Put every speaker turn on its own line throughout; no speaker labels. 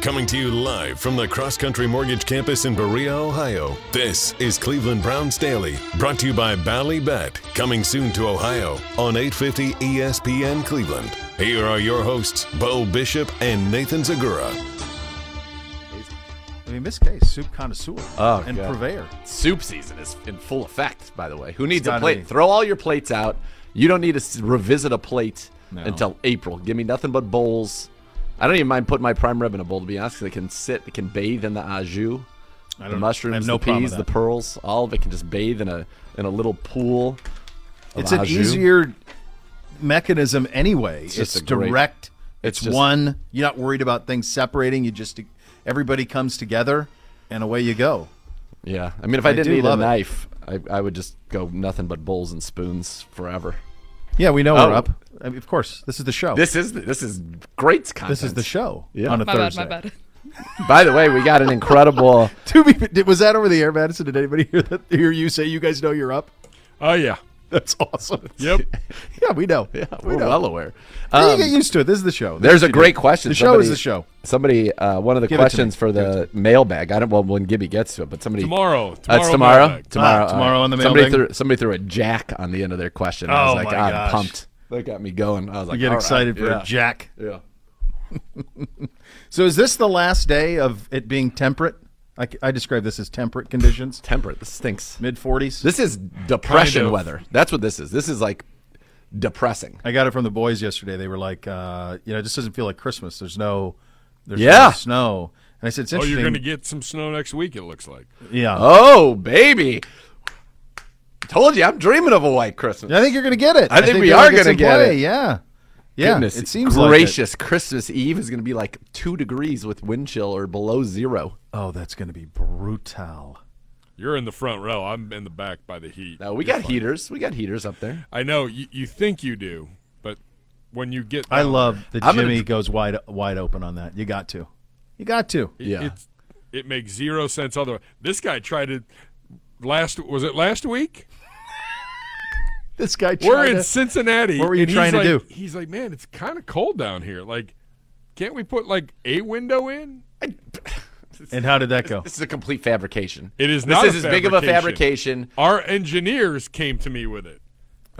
Coming to you live from the Cross Country Mortgage Campus in Berea, Ohio. This is Cleveland Browns Daily, brought to you by Ballybet. Coming soon to Ohio on E 850 ESPN Cleveland. Here are your hosts, Bo Bishop and Nathan Zagura.
I mean, Miss Case, soup connoisseur
Oh,
and
God.
purveyor.
Soup season is in full effect, by the way. Who needs a
gotta
plate?
be.
Throw all your plates out. You don't need to s- revisit a plate
No.
until April. Give me nothing but bowls. I don't even mind putting my prime rib in a bowl, to be honest, 'cause it can sit, it can bathe in the au
I
jus, the
don't- I have
mushrooms,
no
the
problem with
peas, the
that.
pearls. All of it can just bathe in a in a little pool. of
It's an
au jus.
easier mechanism anyway. It's,
just a great-
direct.
it's
It's,
just-
one. You're not worried about things separating. You just everybody comes together, and away you go.
Yeah, I mean, if I,
I
didn't
do
need a
love it.
knife, I, I would just go nothing but bowls and spoons forever.
Yeah, we know
Oh.
we're up. I mean, of course, this is the show.
This is this is great content.
This is the show
Yeah.
on a
My
Thursday.
bad, my bad.
By the way, we got an incredible.
To be, did- was that over the air, Madison? Did anybody hear that? Hear you say you guys know you're up?
Oh yeah.
That's awesome.
Yep.
Yeah, we know.
Yeah,
we
we're
know.
well aware.
Yeah, you
Um,
get used to it. This is the show. This
There's
is
a
what you
great
do.
question.
The show
Somebody-
is the show.
Somebody, uh, one of the
Give it to
questions
me.
for the mailbag. I don't. Well, when Gibby gets to it, but somebody
Tomorrow.
Uh, it's
Tomorrow
tomorrow.
mailbag.
Tomorrow.
Ah, tomorrow
uh,
on the
Somebody
mailbag.
threw, somebody threw a jack on the end of their question. I
Oh,
was like,
my
"God, I'm
gosh.
pumped. That got me going. I was like,
You get
"All right,
excited for
yeah,
a Jack.
Yeah.
So is this the last day of it being temperate? I, I describe this as temperate conditions,
Temperate. This stinks.
mid 40s.
This is depression
Kind of.
weather. That's what this is. This is like depressing.
I got it from the boys yesterday. They were like, uh, you know, it just doesn't feel like Christmas. There's no, there's
Yeah.
no snow. And I said, it's
Oh,
interesting.
you're going to get some snow next week. It looks like.
yeah.
Oh, baby. Told you, I'm dreaming of a white Christmas.
Yeah, I think you're going to get it.
I think we
you're
are
gonna
gonna
some
get
play.
it.
Yeah. Yeah.
Goodness
it seems like it.
gracious. Christmas Eve is going to be like two degrees with wind chill or below zero.
Oh, that's going to be brutal.
You're in the front row. I'm in the back by the heat.
Now we
You're
got
fine.
heaters. We got heaters up there.
I know you, you think you do, but when you get,
I
down
love that
I'm gonna
Jimmy
dr-
goes wide wide open on that. You got to. You got to.
there, it,
yeah.
it's- it makes zero sense. Otherwise, this guy tried to last. Was it last week?
This guy
We're
tried
in
to-
Cincinnati.
What were you
and he's
trying to
like-
do?
He's like, man, it's kind of cold down here. Like, can't we put like a window in?
And how did that go?
This is a complete fabrication.
It is
This
not
is
a
as big of a fabrication.
Our engineers came to me with it.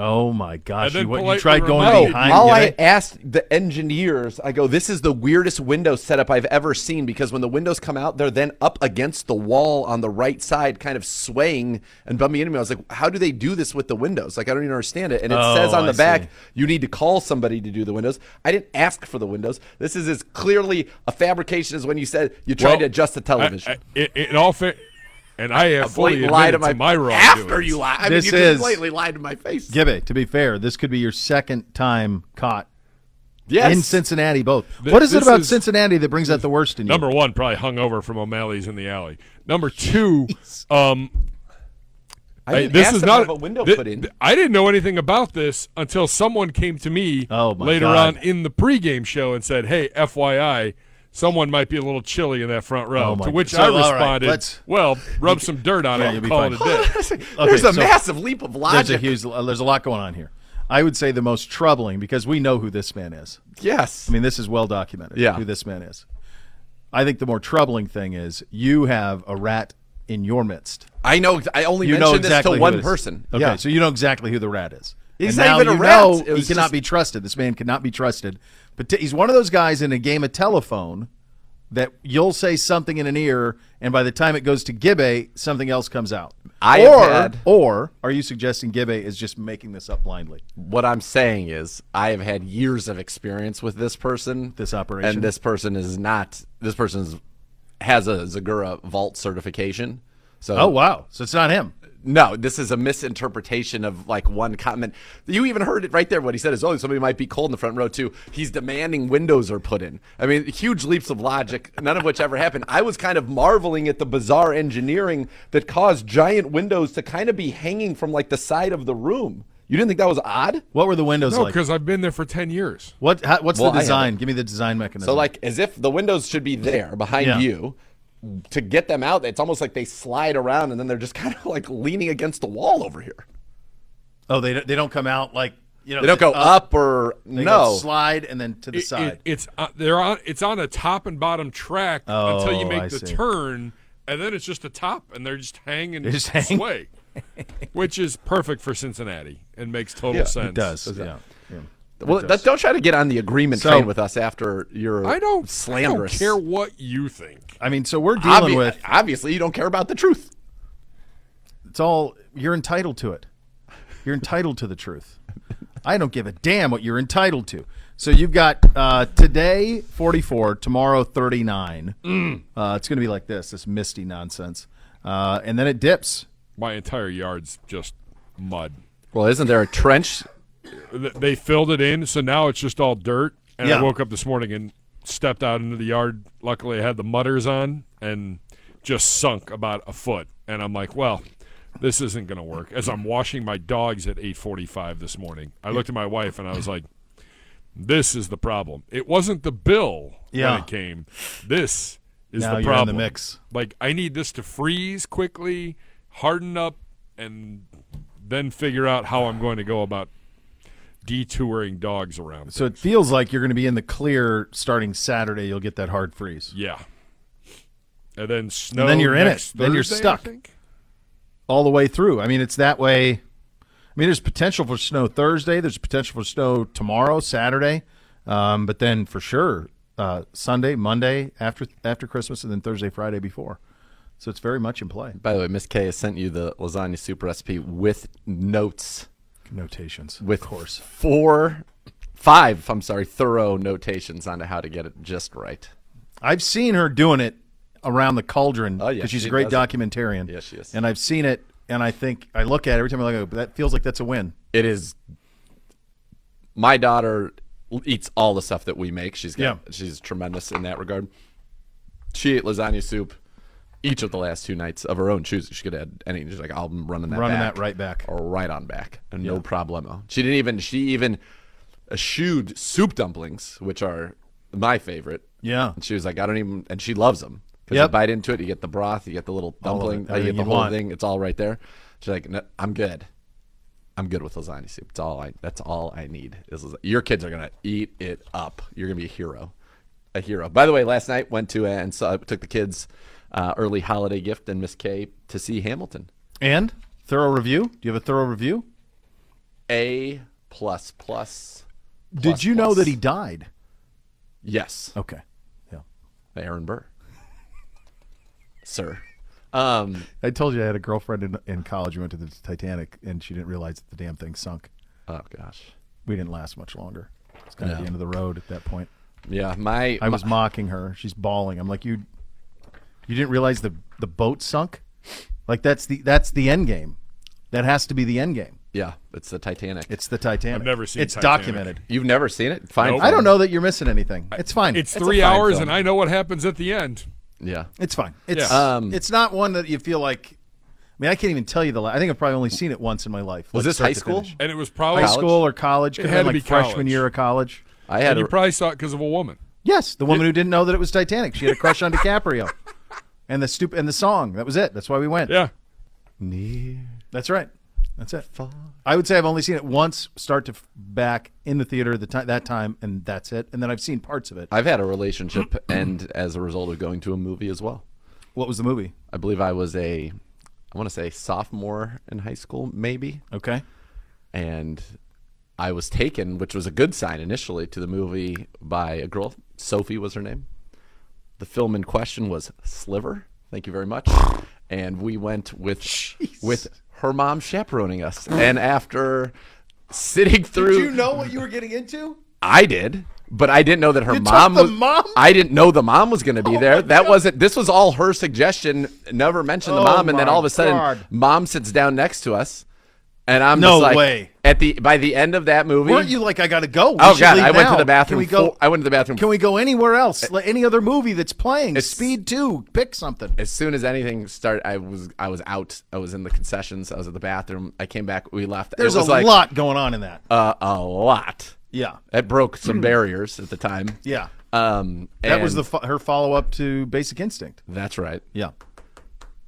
Oh my gosh!
And then
You, what, you
politely
tried going
reminded-
behind.
all
you
Oh, I
know?
asked the engineers, I go, "This is the weirdest window setup I've ever seen because when the windows come out, they're then up against the wall on the right side, kind of swaying and bumping into me." I was like, "How do they do this with the windows? Like, I don't even understand it." And it
Oh,
says on the
I
back,
see.
"You need to call somebody to do the windows." I didn't ask for the windows. This is as clearly a fabrication as when you said you tried
Well,
to adjust the television.
I, I, it, it all fit. And I have fully
blatant lie to
admitted
my,
to my wrongdoing.
after you lie. I
This
mean, you just
is-
blatantly lied to my face.
Gibby, to be fair, this could be your second time caught
yes,
in Cincinnati. Both. what is it
this
about
is-
Cincinnati that brings out the worst in you?
Number one, probably hung over from O'Malley's in the alley. Number two, um,
I
I-
didn't
this
ask
is
them to
not
have a window
thi-
put in.
thi- I didn't know anything about this until someone came to me
Oh, my
later
God.
on in the pregame show and said, "Hey, FYI." Someone might be a little chilly in that front row.
Oh, my
to which
God.
I
So, all right,
responded,
let's-
"Well, rub some dirt on
Yeah,
it
you'll
and
be
call it a
fine.
day."
there's a
so-
massive leap of logic.
There's a huge. uh, There's a lot going on here. I would say the most troubling because we know who this man is.
yes.
I mean, this is well documented.
Yeah.
who this man is. I think the more troubling thing is you have a rat in your midst.
I know. I only
You know
mentioned
exactly who it
this to one
is.
person.
Okay, so you know exactly who the rat is.
He's
And
not
now
even a
you
rat.
know
It
he
was
cannot
just-
be trusted. This man cannot be trusted. But t- he's one of those guys in a game of telephone that you'll say something in an ear, and by the time it goes to Gibbe, something else comes out.
I have
or,
had-
or are you suggesting Gibbe is just making this up blindly?
What I'm saying is, I have had years of experience with this person,
This operation?
and this person is not. This person is, has a Zagura Vault certification. So,
Oh wow! So it's not him.
no, this is a misinterpretation of like one comment. You even heard it right there. What he said is, "Oh, somebody might be cold in the front row too." He's demanding windows are put in. I mean, huge leaps of logic, none of which ever happened. I was kind of marveling at the bizarre engineering that caused giant windows to kind of be hanging from like the side of the room. You didn't think that was odd?
What were the windows
No,
like?
because I've been there for ten years.
What? How, what's
Well, I
the
have
design? Give me the design mechanism.
So like as if the windows should be there behind
Yeah.
you. To get them out, it's almost like they slide around and then they're just kind of like leaning against the wall over here.
oh, they don't- they don't come out like You know,
they don't go
up.
up or
They
no.
go slide and then to the
It-
side.
it- it's uh, they're on. It's on a top and bottom track until you
Oh,
make
I
the
see.
turn, and then it's just a top, and they're just hanging
They're just hanging.
sway, which is perfect for Cincinnati and makes total
Yeah, it
sense.
It does. Yeah. yeah.
well, that, don't try to get on the agreement
So-
train with us after your
I don't.
slanderous.
I don't care what you think.
I mean, so we're dealing
Obvi-
with
obviously, you don't care about the truth.
it's all you're entitled to it. You're entitled to the truth. I don't give a damn what you're entitled to. So you've got uh, today 44, tomorrow 39. Uh, it's going to be like this, this misty nonsense, uh, and then it dips.
My entire yard's just mud.
Well, isn't there a trench?
Th- They filled it in, so now it's just all dirt. And
Yeah.
I woke up this morning and stepped out into the yard. Luckily, I had the mutters on and just sunk about a foot. And I'm like, well, this isn't going to work. As I'm washing my dogs at 8:45 this morning, I looked at my wife and I was like, this is the problem. It wasn't the bill
Yeah.
when it came. This is
Now you're
the
in the
problem.
mix.
Like I need this to freeze quickly, harden up, and then figure out how I'm going to go about detouring dogs around.
So it feels like you're going to be in the clear starting Saturday. You'll get that hard freeze.
Yeah. And then snow.
then you're in it.
next
Then you're
Thursday, I
stuck.
think?
all the way through. I mean, it's that way. I mean, there's potential for snow Thursday. There's potential for snow tomorrow, Saturday, um, but then for sure uh, Sunday, Monday after after Christmas, and then Thursday, Friday before. So it's very much in play.
By the way, Miss K has sent you the lasagna soup recipe with notes.
Notations.
with course four five i'm sorry thorough notations on how to get it just right
I've seen her doing it around the cauldron
Oh, yeah,
she's a
she
great
does it.
documentarian.
Yes, she is.
And I've seen it, and I think I look at it every time I look at it. But that feels like that's a win.
it is my daughter l- eats all the stuff that we make she's got,
Yeah.
she's tremendous in that regard she ate lasagna soup each of the last two nights of her own choosing she could add any she's like i'm running that
Running
back,
that right back.
or right on back and no problemo she didn't even she even eschewed soup dumplings which are my favorite
Yeah.
And she was like, I don't even, and she loves them because
Yep.
you bite into it, you get the broth, you get the little
of
dumpling,
it,
uh, you
everything
get the
you
whole
want.
thing. It's all right there. She's like, no, I'm good. I'm good with lasagna soup. It's all I. That's all I need. Is lasa- your kids are gonna eat it up. You're gonna be a hero, a hero. By the way, last night went to uh, and saw, took the kids uh, early holiday gift and Miss K to see Hamilton.
And thorough review. Do you have a thorough review?
A plus plus.
Did you know
plus.
that he died?
Yes.
Okay. Yeah.
Aaron Burr. Sir. Um.
I told you I had a girlfriend in, in college who went to the Titanic and she didn't realize that the damn thing sunk.
Oh gosh.
We didn't last much longer. It's kind of
No.
the end of the road at that point.
Yeah, my,
I was mocking her. She's bawling. I'm like, you, you didn't realize the the boat sunk. Like that's the that's the end game. That has to be the end game.
yeah, it's the Titanic.
It's the Titanic.
I've never seen
It's
Titanic.
documented.
You've never seen it? Fine.
Nope.
I don't know that you're missing anything. It's fine.
It's,
a
three
fine
hours,
film.
and I know what happens at the end.
Yeah.
It's fine. It's
Yeah.
Um,
it's not one that you feel like. I mean, I can't even tell you the. la- I think I've probably only seen it once in my life.
Was
like
this
start
high
to
school?
finish.
And it was probably
High school or college? Could
It
have
had
been
to
like
be
freshman
college.
year of college.
I
And
had
you
a,
probably saw it because of a woman.
Yes, the woman who didn't know that it was Titanic. She had a crush on DiCaprio, and the stupid and the song. That was it. That's why we went.
Yeah.
that's right. That's it. I would say I've only seen it once, start to f- back in the theater the time that time, and that's it. And then I've seen parts of it.
I've had a relationship end as a result of going to a movie as well.
What was the movie?
I believe I was a I want to say sophomore in high school maybe,
Okay,
and I was taken, which was a good sign initially to the movie by a girl, Sophie was her name. The film in question was Sliver. Thank you very much. And we went with with her mom chaperoning us. and after sitting through
what you were getting into?
I did, but I didn't know that her
You took
mom
the
was.
mom? Oh
I didn't know the mom was going to be there. That wasn't. This was all her suggestion. Never mentioned the
Oh
mom, and then
my
all of a sudden,
God.
mom sits down next to us, and I'm
No
just like,
way.
At the by the end of that movie,
Weren't you like I got to go? We
oh
should
god,
leave
I went
now.
to the bathroom.
Can we go?
four- I went to the bathroom.
can we go anywhere else? Let any other movie that's playing.
It's-
Speed Two. Pick something.
as soon as anything started, I was I was out. I was in the concessions. I was at the bathroom. I came back. We left. It
There's a
was like,
lot going on in that.
Uh, a lot.
yeah,
That broke some barriers at the time.
yeah.
Um,
That was
and-
the fo- her follow up to Basic Instinct.
That's right.
Yeah.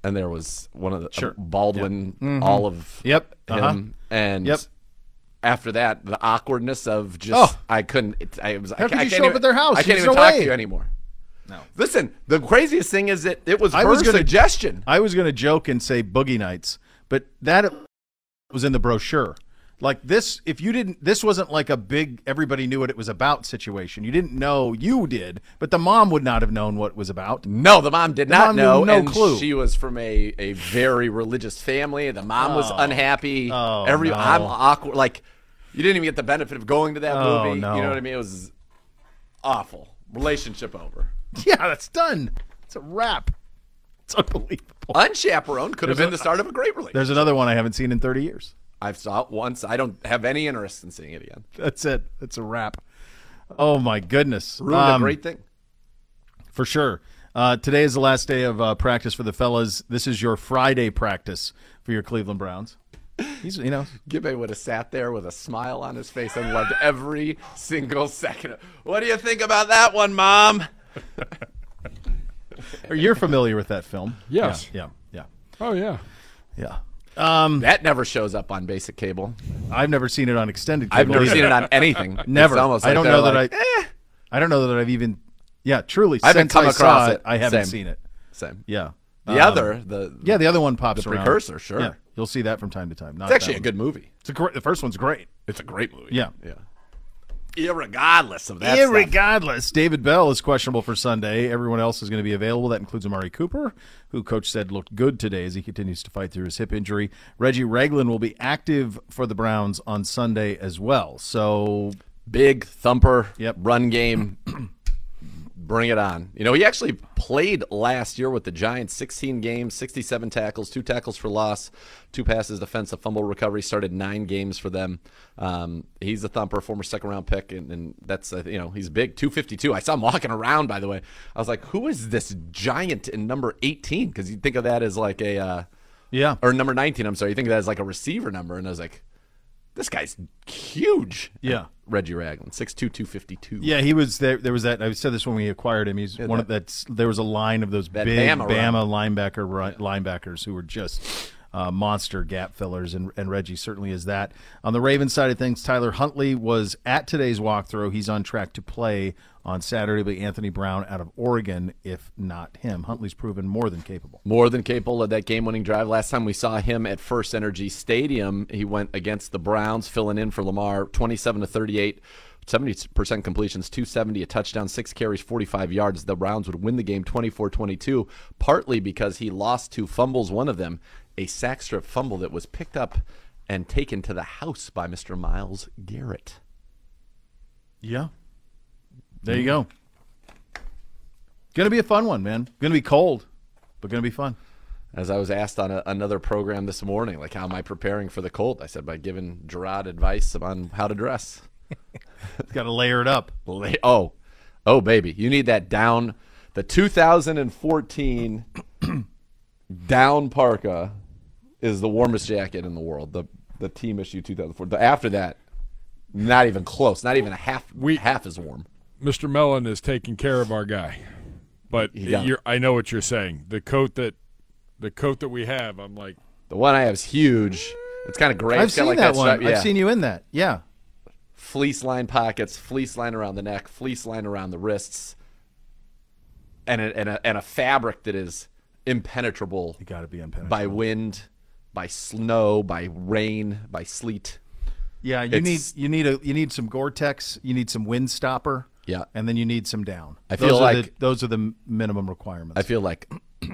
and there was one of the
Sure. Mm-hmm.
Baldwin, all of
Yep.
him,
Uh-huh.
and
Yep.
after that, the awkwardness of just
Oh.
I couldn't. It, I was. I,
How
ca-
could
I
you
can't
show up
even-
at their house?
I can't
There's
even
no
talk
way.
to you anymore.
No.
Listen, the craziest thing is that it was
I
her
was gonna-
suggestion.
I was going to joke and say boogie nights, but that was in the brochure. Like this, if you didn't, this wasn't like a big everybody knew what it was about situation. You didn't know you did, but the mom would not have known what it was about.
No, the mom did not
mom knew
know.
no
and
clue.
She was from a, a very religious family. The mom was unhappy.
Oh,
Every
no.
I'm awkward. Like you didn't even get the benefit of going to that
Oh,
movie.
no.
You know what I mean? It was awful. Relationship over.
Yeah, that's done. It's a wrap. It's unbelievable.
Unchaperoned could have been the start of a great relationship.
There's another one I haven't seen in 30 years.
I've saw it once. I don't have any interest in seeing it again.
That's it. That's a wrap. Oh my goodness.
Ruined
Um,
a great thing.
for sure. Uh, today is the last day of uh, practice for the fellas. This is your Friday practice for your Cleveland Browns. He's, you know,
Gibbe would have sat there with a smile on his face and loved every single second. of- What do you think about that one, Mom?
Or you're familiar with that film?
Yes.
Yeah. Yeah.
Oh yeah.
Yeah.
That never shows up on basic cable.
I've never seen it on extended. Cable
I've never
either.
seen it on anything.
Never.
It's almost
I
like
don't
they're
know
like, eh,
that I. I don't know that I've even. Yeah, truly.
I haven't
since
come
I
across
saw
it.
I haven't
Same.
seen it.
Same.
Yeah.
The
Um,
other, the
Yeah, the other one pops around.
precursor, sure.
Yeah, you'll see that from time to time. Not
it's actually
that
a
one.
good movie.
It's a great, the first one's great.
It's a great movie.
Yeah.
Yeah. Irregardless of that. stuff.
Irregardless, David Bell is questionable for Sunday. Everyone else is going to be available. That includes Amari Cooper, who coach said looked good today as he continues to fight through his hip injury. Reggie Ragland will be active for the Browns on Sunday as well. So
big thumper
Yep.
run game. Bring it on. You know, he actually played last year with the Giants 16 games, 67 tackles, two tackles for loss, two passes, defensive fumble recovery, started nine games for them. Um, he's a thumper, former second round pick, and, and that's, uh, you know, he's big, 252. I saw him walking around, by the way. I was like, who is this giant in number 18? Because you think of that as like a, uh,
yeah,
or number 19, I'm sorry, you think of that as like a receiver number. And I was like, this guy's huge.
Yeah.
Reggie Ragland, 6'2", 252.
Yeah, he was there. There was that. I said this when we acquired him. He's one of that's. There was a line of those big
That
Bama,
Bama run.
linebacker ri- linebackers who were just uh, monster gap fillers, and, and Reggie certainly is that. On the Ravens side of things, Tyler Huntley was at today's walkthrough. He's on track to play on Saturday, but Anthony Brown out of Oregon, if not him, Huntley's proven more than capable.
More than capable of that game-winning drive. Last time we saw him at First Energy Stadium, he went against the Browns, filling in for Lamar, 27 to 38. 70% completions, 270, a touchdown, six carries, 45 yards. The Browns would win the game 24 22, partly because he lost two fumbles, one of them, a sack strip fumble that was picked up and taken to the house by Mr. Miles Garrett.
Yeah. There you go. Going to be a fun one, man. Going to be cold, but going to be fun.
As I was asked on a, another program this morning, like, how am I preparing for the cold? I said, by giving Gerard advice on how to dress.
Got to layer it up.
La- Oh, oh, baby. You need that down, the 2014 down parka is the warmest jacket in the world. The the team issue 2004. The, after that, not even close. Not even a half half as warm.
Mr. Mellon is taking care of our guy. But
got it.
you're, I know what you're saying. The coat that the coat that we have, I'm like,
The one I have is huge. It's kind of gray.
I've
It's got
seen
like
that,
that,
one.
stripe- yeah.
I've seen you in that. Yeah.
fleece line pockets, fleece line around the neck, fleece line around the wrists, and a, and a, and a fabric that is impenetrable
You got to be impenetrable.
by wind, by snow, by rain, by sleet.
yeah, you need
it's-
you need a you need some Gore-Tex, you need some wind stopper.
Yeah.
And then you need some down.
I feel
those are the,
like-
those are the minimum requirements.
I feel like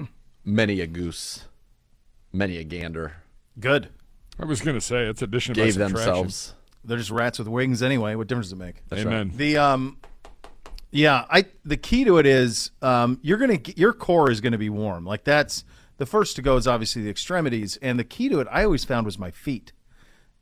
many a goose, many a gander
Good.
I was going to say it's addition
gave
by subtraction.
themselves.
They're just rats with wings anyway. What difference does it make?
Amen.
The um, yeah, I the key to it is um, you're gonna get- your core is gonna be warm. Like that's the first to go is obviously the extremities, and the key to it I always found was my feet.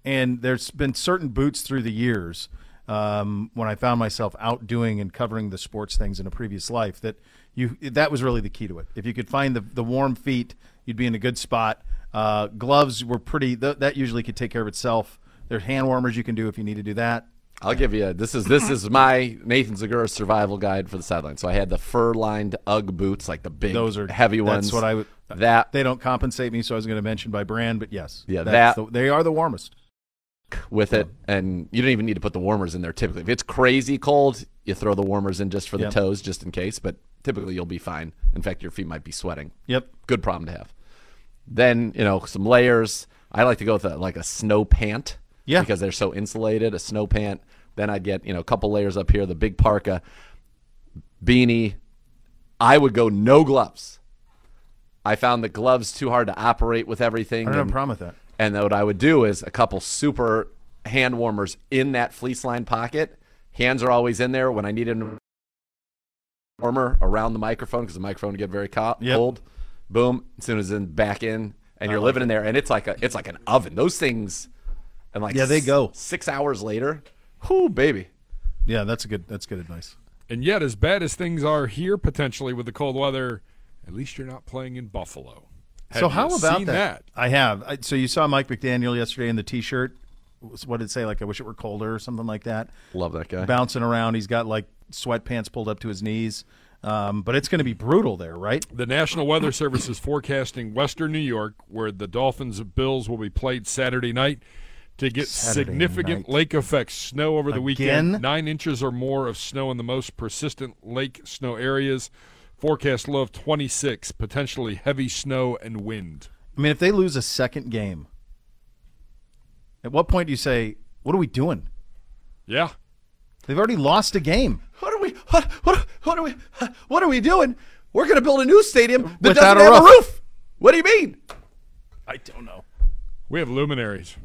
And there's been certain boots through the years um, when I found myself outdoing and covering the sports things in a previous life that you that was really the key to it. If you could find the the warm feet, you'd be in a good spot. Uh, gloves were pretty th- that usually could take care of itself. There's hand warmers you can do if you need to do that.
I'll give you this is this is my Nathan Zagura survival guide for the sideline. So I had the fur lined UGG boots, like the big
Those are
heavy
that's
ones.
what I would-
that
They don't compensate me, so I was going to mention by brand, but yes,
Yeah,
that's
that-
the, they are the warmest.
with it, and you don't even need to put the warmers in there. Typically, if it's crazy cold, you throw the warmers in just for the
Yep.
toes, just in case. But typically, you'll be fine. In fact, your feet might be sweating.
Yep.
good problem to have. Then you know some layers. I like to go with a, like a snow pant.
Yeah.
because they're so insulated. A snow pant. Then I'd get you know a couple layers up here. The big parka, beanie. I would go no gloves. I found the gloves too hard to operate with everything.
I don't have
and-
a problem with that.
and then what I would do is a couple super hand warmers in that fleece line pocket. Hands are always in there when I need a warmer around the microphone because the microphone would get very co-
Yep.
cold. Boom! As soon as in back in, and you're living in there, and it's like a it's like an oven. Those things, and like
Yeah, they
s-
go.
six hours later. Whoo, baby!
Yeah, that's a good. That's good advice.
And yet, as bad as things are here potentially with the cold weather, at least you're not playing in Buffalo. Have
so
you
how about
seen
that?
that?
I have. I, so you saw Mike McDaniel yesterday in the T-shirt. What did it say? Like I wish it were colder or something like that.
Love that guy.
Bouncing around, he's got like sweatpants pulled up to his knees. Um, but it's going to be brutal there, right?
The National Weather Service is forecasting Western New York, where the Dolphins and Bills will be played Saturday night, to get
Saturday
significant
night.
lake effect snow over the
Again?
weekend. Nine inches or more of snow in the most persistent lake snow areas. Forecast low of 26, potentially heavy snow and wind.
I mean, if they lose a second game, at what point do you say, "What are we doing?
Yeah.
They've already lost a game."
What are we? What, what, what are we? What are we doing? We're gonna build a new stadium that
Without
doesn't
a
have a
roof.
roof. What do you mean?
I don't know.
We have luminaries.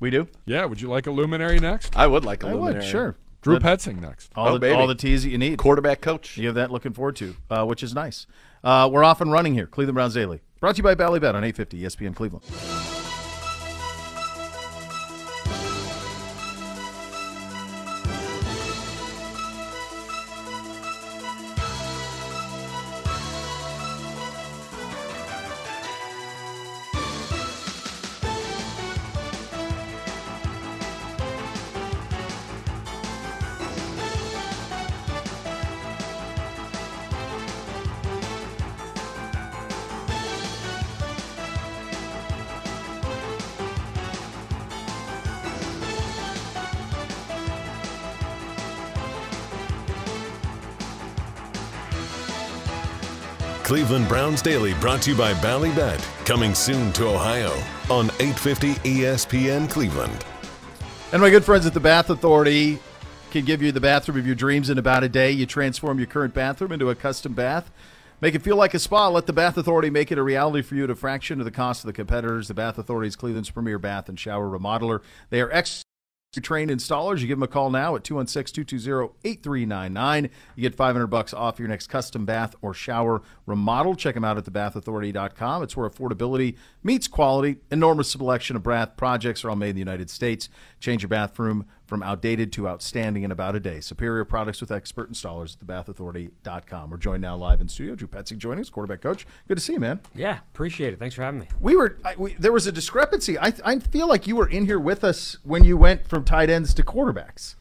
We do.
Yeah, would you like a luminary next?
I would like a
I
luminary.
would sure.
Drew Petzing next.
All
Oh,
the
baby.
all the teas that you need.
quarterback coach.
You have that looking forward to, uh, which is nice. Uh, we're off and running here. Cleveland Browns Daily. Brought to you by Ballybet on E 850 ESPN Cleveland.
Cleveland Browns Daily brought to you by Ballybet. Coming soon to Ohio on E 850 ESPN Cleveland.
And my good friends at the Bath Authority can give you the bathroom of your dreams in about a day. You transform your current bathroom into a custom bath. Make it feel like a spa. Let the Bath Authority make it a reality for you at a fraction of the cost of the competitors. The Bath Authority is Cleveland's premier bath and shower remodeler. They are ex trained installers. You give them a call now at 216-220-8399. You get 500 bucks off your next custom bath or shower remodel. Check them out at thebathauthority.com. It's where affordability meets quality. Enormous selection of bath projects are all made in the United States. Change your bathroom from outdated to outstanding in about a day. Superior products with expert installers at thebathauthority.com. We're joined now live in studio. Drew Petzing joining us, quarterback coach. Good to see you, man.
Yeah, appreciate it. Thanks for having me.
We were I, we, there was a discrepancy. I, I feel like you were in here with us when you went from tight ends to quarterbacks.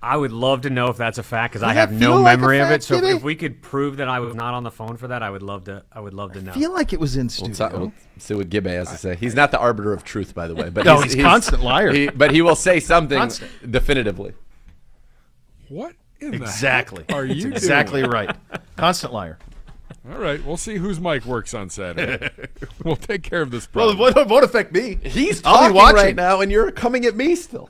I would love to know if that's a fact because I
that
have no
feel like a
memory of
fact,
it. So if,
Jimmy?
if we could prove that I was not on the phone for that, I would love to. I would love to know.
feel like it was in studio.
So, well, see what Gibbe has to say. He's not the arbiter of truth, by the way. But
No, he's constant liar.
he- but he will say something
Constant.
definitively.
What in the
exactly.
heck are
That's
you
exactly right. Constant liar.
All right, we'll see whose mic works on Saturday. we'll take care of this
Well,
problem.
Oh, it won't, it won't affect me.
He's
I'll be
talking right
watching.
now, and you're coming at me still.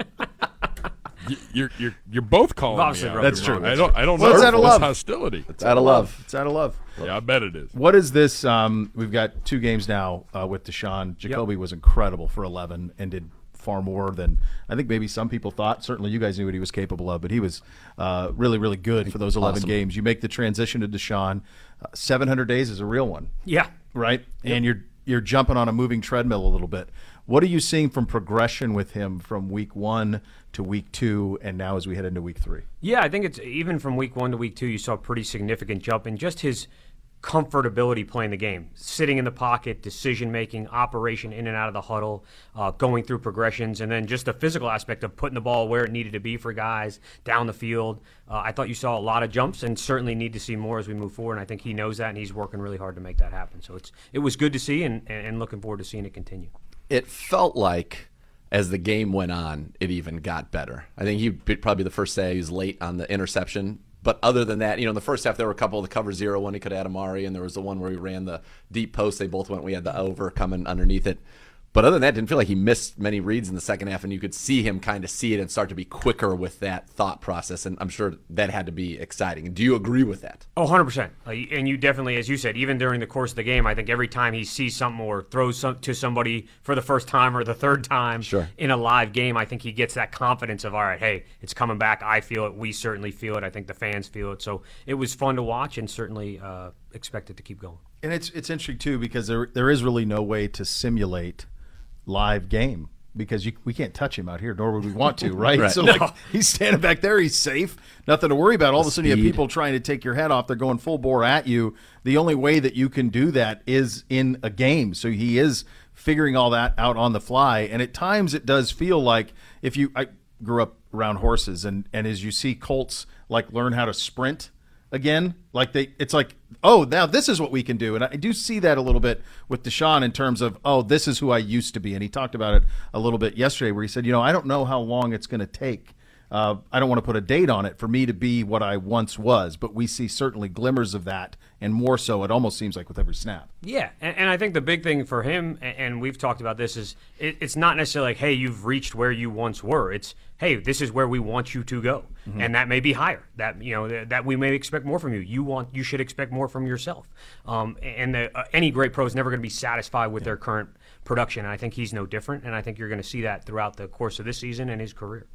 Y- you're you're you're both calling
Obviously,
me
bro,
out.
That's
you're true. wrong.
I don't I don't
Well,
know
it's
if
out of
this
love.
hostility.
It's out of love.
It's out of love.
Yeah, I bet it is.
What is this? Um, we've got two games now uh, with Deshaun. Jacoby was incredible for 11 and did far more than I think maybe some people thought. Certainly, you guys knew what he was capable of, but he was uh, really, really good for those 11 games. You make the transition to Deshaun. Uh, 700 days is a real one.
yeah.
right? And you're you're jumping on a moving treadmill a little bit. What are you seeing from progression with him from week one to week two, and now as we head into week three?
Yeah, I think it's even from week one to week two, you saw a pretty significant jump in just his comfortability playing the game, sitting in the pocket, decision making, operation in and out of the huddle, uh, going through progressions, and then just the physical aspect of putting the ball where it needed to be for guys down the field. Uh, I thought you saw a lot of jumps, and certainly need to see more as we move forward. And I think he knows that, and he's working really hard to make that happen. So it's it was good to see, and, and, and looking forward to seeing it continue.
It felt like as the game went on, it even got better. I think he probably the first day he was late on the interception. But other than that, you know, in the first half there were a couple of the cover zero one he could add Amari, and there was the one where he ran the deep post. They both went. We had the over coming underneath it. But other than that, didn't feel like he missed many reads in the second half, and you could see him kind of see it and start to be quicker with that thought process. And I'm sure that had to be exciting. Do you agree with that?
Oh, 100%. Like, and you definitely, as you said, even during the course of the game, I think every time he sees something or throws some, to somebody for the first time or the third time
Sure.
in a live game, I think he gets that confidence of, all right, hey, it's coming back. I feel it. We certainly feel it. I think the fans feel it. So it was fun to watch and certainly uh, expect it to keep going.
And it's it's interesting too because there there is really no way to simulate live game because you, we can't touch him out here, nor would we want to, right? So like he's standing back there, he's safe, nothing to worry about. All of a sudden, you have people trying to take your head off. They're going full bore at you. The only way that you can do that is in a game. So he is figuring all that out on the fly, and at times it does feel like if you I grew up around horses, and and as you see colts like learn how to sprint again. Like they, it's like, oh, now this is what we can do, and I do see that a little bit with Deshaun in terms of, oh, this is who I used to be, and he talked about it a little bit yesterday, where he said, you know, I don't know how long it's going to take. Uh, I don't want to put a date on it for me to be what I once was, but we see certainly glimmers of that, and more so, it almost seems like with every snap.
Yeah, and, and I think the big thing for him, a- and we've talked about this, is it, it's not necessarily like, hey, you've reached where you once were. It's hey, this is where we want you to go, and that may be higher. That you know th- that we may expect more from you. You want you should expect more from yourself. Um, and the, uh, any great pro is never going to be satisfied with their current production. And I think he's no different, and I think you're going to see that throughout the course of this season and his career.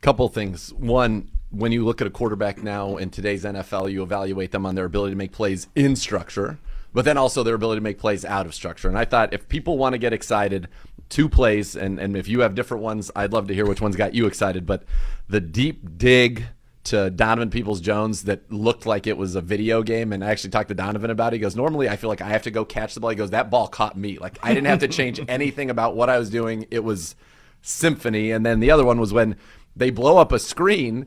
couple things. One, when you look at a quarterback now in today's NFL, you evaluate them on their ability to make plays in structure, but then also their ability to make plays out of structure. And I thought if people want to get excited, two plays, and, and if you have different ones, I'd love to hear which ones got you excited. But the deep dig to Donovan Peoples Jones that looked like it was a video game. And I actually talked to Donovan about it. He goes, Normally I feel like I have to go catch the ball. He goes, That ball caught me. Like I didn't have to change anything about what I was doing. It was symphony. And then the other one was when they blow up a screen,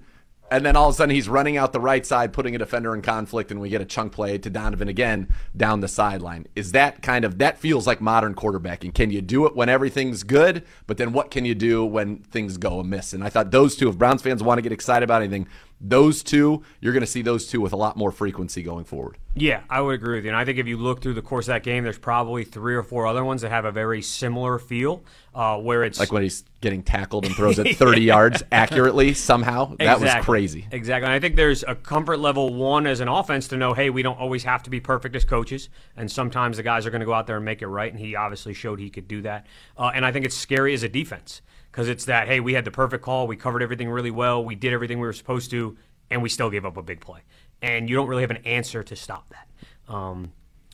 and then all of a sudden he's running out the right side, putting a defender in conflict, and we get a chunk play to Donovan again down the sideline. Is that kind of that feels like modern quarterbacking? Can you do it when everything's good, but then what can you do when things go amiss? And I thought those two, if Browns fans want to get excited about anything, those two, you're going to see those two with a lot more frequency going forward.
Yeah, I would agree with you. And I think if you look through the course of that game, there's probably three or four other ones that have a very similar feel, uh, where it's
Like when he's getting tackled and throws it 30 yards accurately somehow. That was
Exactly.
crazy.
Exactly. And I think there's a comfort level one as an offense to know, hey, we don't always have to be perfect as coaches, and sometimes the guys are going to go out there and make it right. And he obviously showed he could do that. Uh, and I think it's scary as a defense because it's that, hey, we had the perfect call, we covered everything really well, we did everything we were supposed to, and we still gave up a big play. And you don't really have an answer to stop that. Um,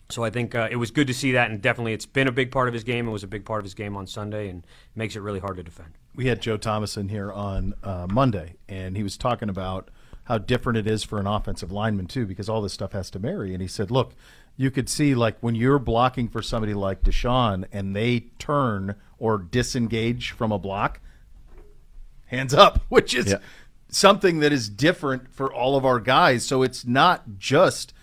so I think uh, it was good to see that, and definitely it's been a big part of his game. It was a big part of his game on Sunday, and makes it really hard to defend.
we had Joe Thomas in here on uh, Monday, and he was talking about how different it is for an offensive lineman too, because all this stuff has to marry. And he said, "Look, you could see like when you're blocking for somebody like Deshaun, and they turn or disengage from a block, hands up, which is
Yeah.
something that is different for all of our guys. So it's not just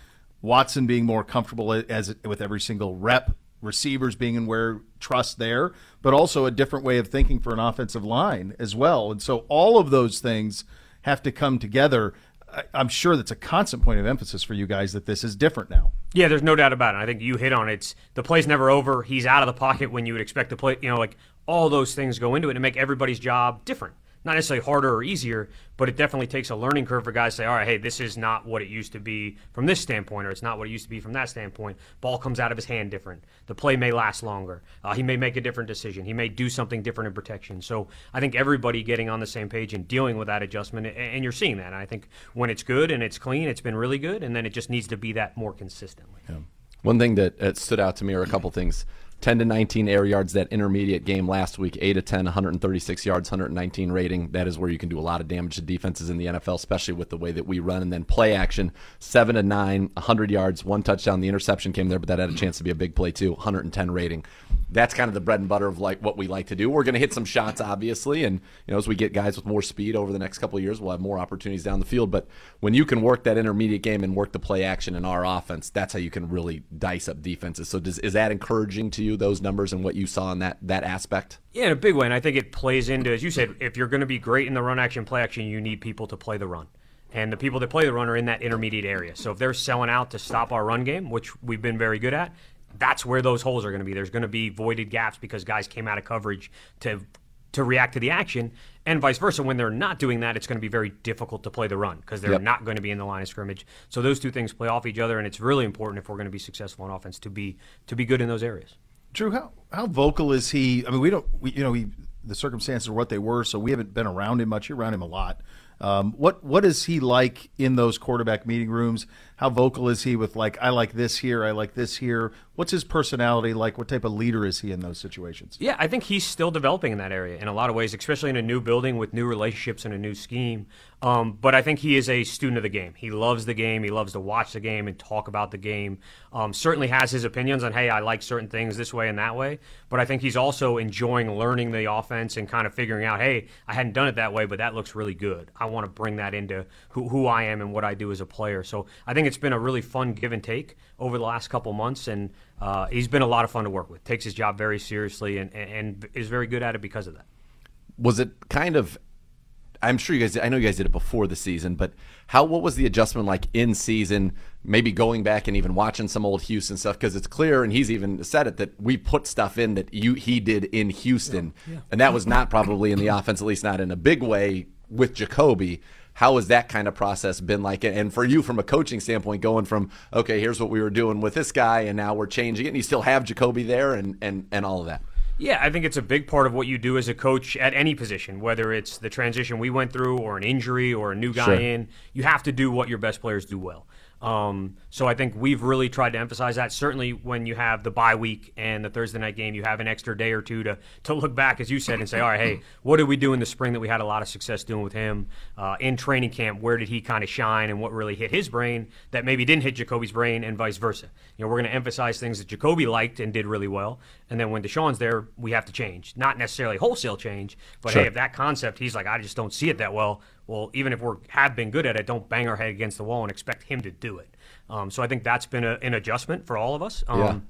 Watson being more comfortable as with every single rep, receivers being in where trust there, but also a different way of thinking for an offensive line as well. And so all of those things have to come together. I- I'm sure that's a constant point of emphasis for you guys that this is different now.
Yeah, there's no doubt about it. I think you hit on it. It's, the play's never over. He's out of the pocket when you would expect the play. You know, like all those things go into it to make everybody's job different. Not necessarily harder or easier, but it definitely takes a learning curve for guys to say, all right, hey, this is not what it used to be from this standpoint, or it's not what it used to be from that standpoint. Ball comes out of his hand different. The play may last longer. Uh, he may make a different decision. He may do something different in protection. So I think everybody getting on the same page and dealing with that adjustment, a- and you're seeing that. And I think when it's good and it's clean, it's been really good, and then it just needs to be that more consistently.
One thing that uh, stood out to me, or a couple things 10 to 19 air yards, that intermediate game last week, 8 to 10, 136 yards, 119 rating. That is where you can do a lot of damage to defenses in the NFL, especially with the way that we run. And then play action, 7 to 9, 100 yards, one touchdown. The interception came there, but that had a chance to be a big play, too, 110 rating. That's kind of the bread and butter of like what we like to do. We're going to hit some shots, obviously, and you know as we get guys with more speed over the next couple of years, we'll have more opportunities down the field. But when you can work that intermediate game and work the play action in our offense, that's how you can really dice up defenses. So does, is that encouraging to you? you those numbers and what you saw in that that aspect?
Yeah, in a big way. And I think it plays into, as you said, if you're going to be great in the run action, play action, you need people to play the run. And the people that play the run are in that intermediate area. So if they're selling out to stop our run game, which we've been very good at, that's where those holes are going to be. There's going to be voided gaps because guys came out of coverage to to react to the action, and vice versa. When they're not doing that, it's going to be very difficult to play the run because they're
Yep.
not going to be in the line of scrimmage. So those two things play off each other, and it's really important if we're going to be successful on offense to be to be good in those areas.
Drew, how how vocal is he? I mean, we don't, we, you know, he, the circumstances are what they were, so we haven't been around him much. You're around him a lot. Um, what what is he like in those quarterback meeting rooms? How vocal is he with like I like this here, I like this here? What's his personality like? What type of leader is he in those situations?
Yeah, I think he's still developing in that area in a lot of ways, especially in a new building with new relationships and a new scheme. Um, but I think he is a student of the game. He loves the game. He loves to watch the game and talk about the game. Um, certainly has his opinions on, hey, I like certain things this way and that way. But I think he's also enjoying learning the offense and kind of figuring out, hey, I hadn't done it that way, but that looks really good. I want to bring that into who, who I am and what I do as a player. So I think it's been a really fun give and take over the last couple months. And uh, he's been a lot of fun to work with. Takes his job very seriously and, and, and is very good at it because of that.
Was it kind of? I'm sure you guys. I know you guys did it before the season, but how? What was the adjustment like in season? Maybe going back and even watching some old Houston stuff because it's clear, and he's even said it that we put stuff in that you he did in Houston, and that was not probably in the offense, at least not in a big way with Jacoby. How has that kind of process been like? And for you, from a coaching standpoint, going from okay, here's what we were doing with this guy, and now we're changing it, and you still have Jacoby there, and and and all of that.
Yeah, I think it's a big part of what you do as a coach at any position, whether it's the transition we went through or an injury or a new guy in. You have to do what your best players do well. Um, so I think we've really tried to emphasize that. Certainly, when you have the bye week and the Thursday night game, you have an extra day or two to to look back, as you said, and say, all right, hey, what did we do in the spring that we had a lot of success doing with him uh, in training camp? Where did he kind of shine, and what really hit his brain that maybe didn't hit Jacoby's brain, and vice versa? You know, we're going to emphasize things that Jacoby liked and did really well, and then when Deshaun's there, we have to change. Not necessarily wholesale change, but hey, if that concept, he's like, I just don't see it that well. Well, even if we are have been good at it, don't bang our head against the wall and expect him to do it. Um, so I think that's been a, an adjustment for all of us, um,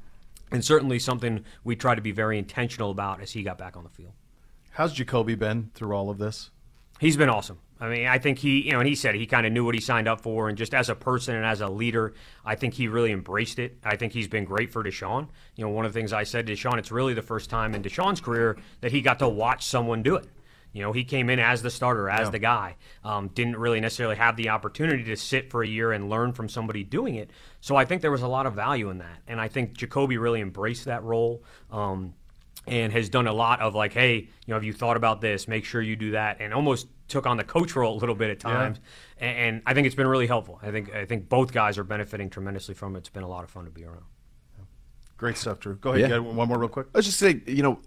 and certainly something we try to be very intentional about as he got back on the field.
How's Jacoby been through all of this?
He's been awesome. I mean, I think he, you know, and he said he kind of knew what he signed up for, and just as a person and as a leader, I think he really embraced it. I think he's been great for Deshaun. You know, one of the things I said to Deshaun, it's really the first time in Deshaun's career that he got to watch someone do it. You know, he came in as the starter, as the guy. Um, didn't really necessarily have the opportunity to sit for a year and learn from somebody doing it. So I think there was a lot of value in that, and I think Jacoby really embraced that role. Um, and has done a lot of like, hey, you know, have you thought about this? Make sure you do that, and almost took on the coach role a little bit at times. A- And, I think it's been really helpful. I think I think both guys are benefiting tremendously from it. It's been a lot of fun to be around.
Great stuff, Drew. Go ahead,
Yeah.
you got one more real quick.
let's just say, you know,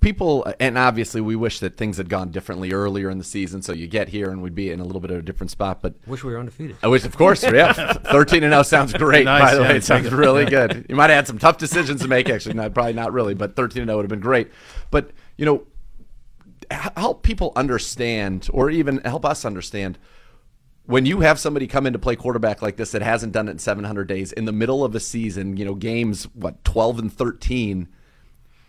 people, and obviously we wish that things had gone differently earlier in the season. So you get here and we'd be in a little bit of a different spot. But
Wish we were undefeated.
I wish, of course, yeah, 13 and 0 sounds great, by
Nice,
the
yeah,
way. It sounds really good. You might have had some tough decisions to make, actually. Not, probably not really, but 13 and 0 would have been great. But, you know, h- help people understand, or even help us understand, when you have somebody come in to play quarterback like this that hasn't done it in 700 days in the middle of a season, you know, games, what, 12 and 13,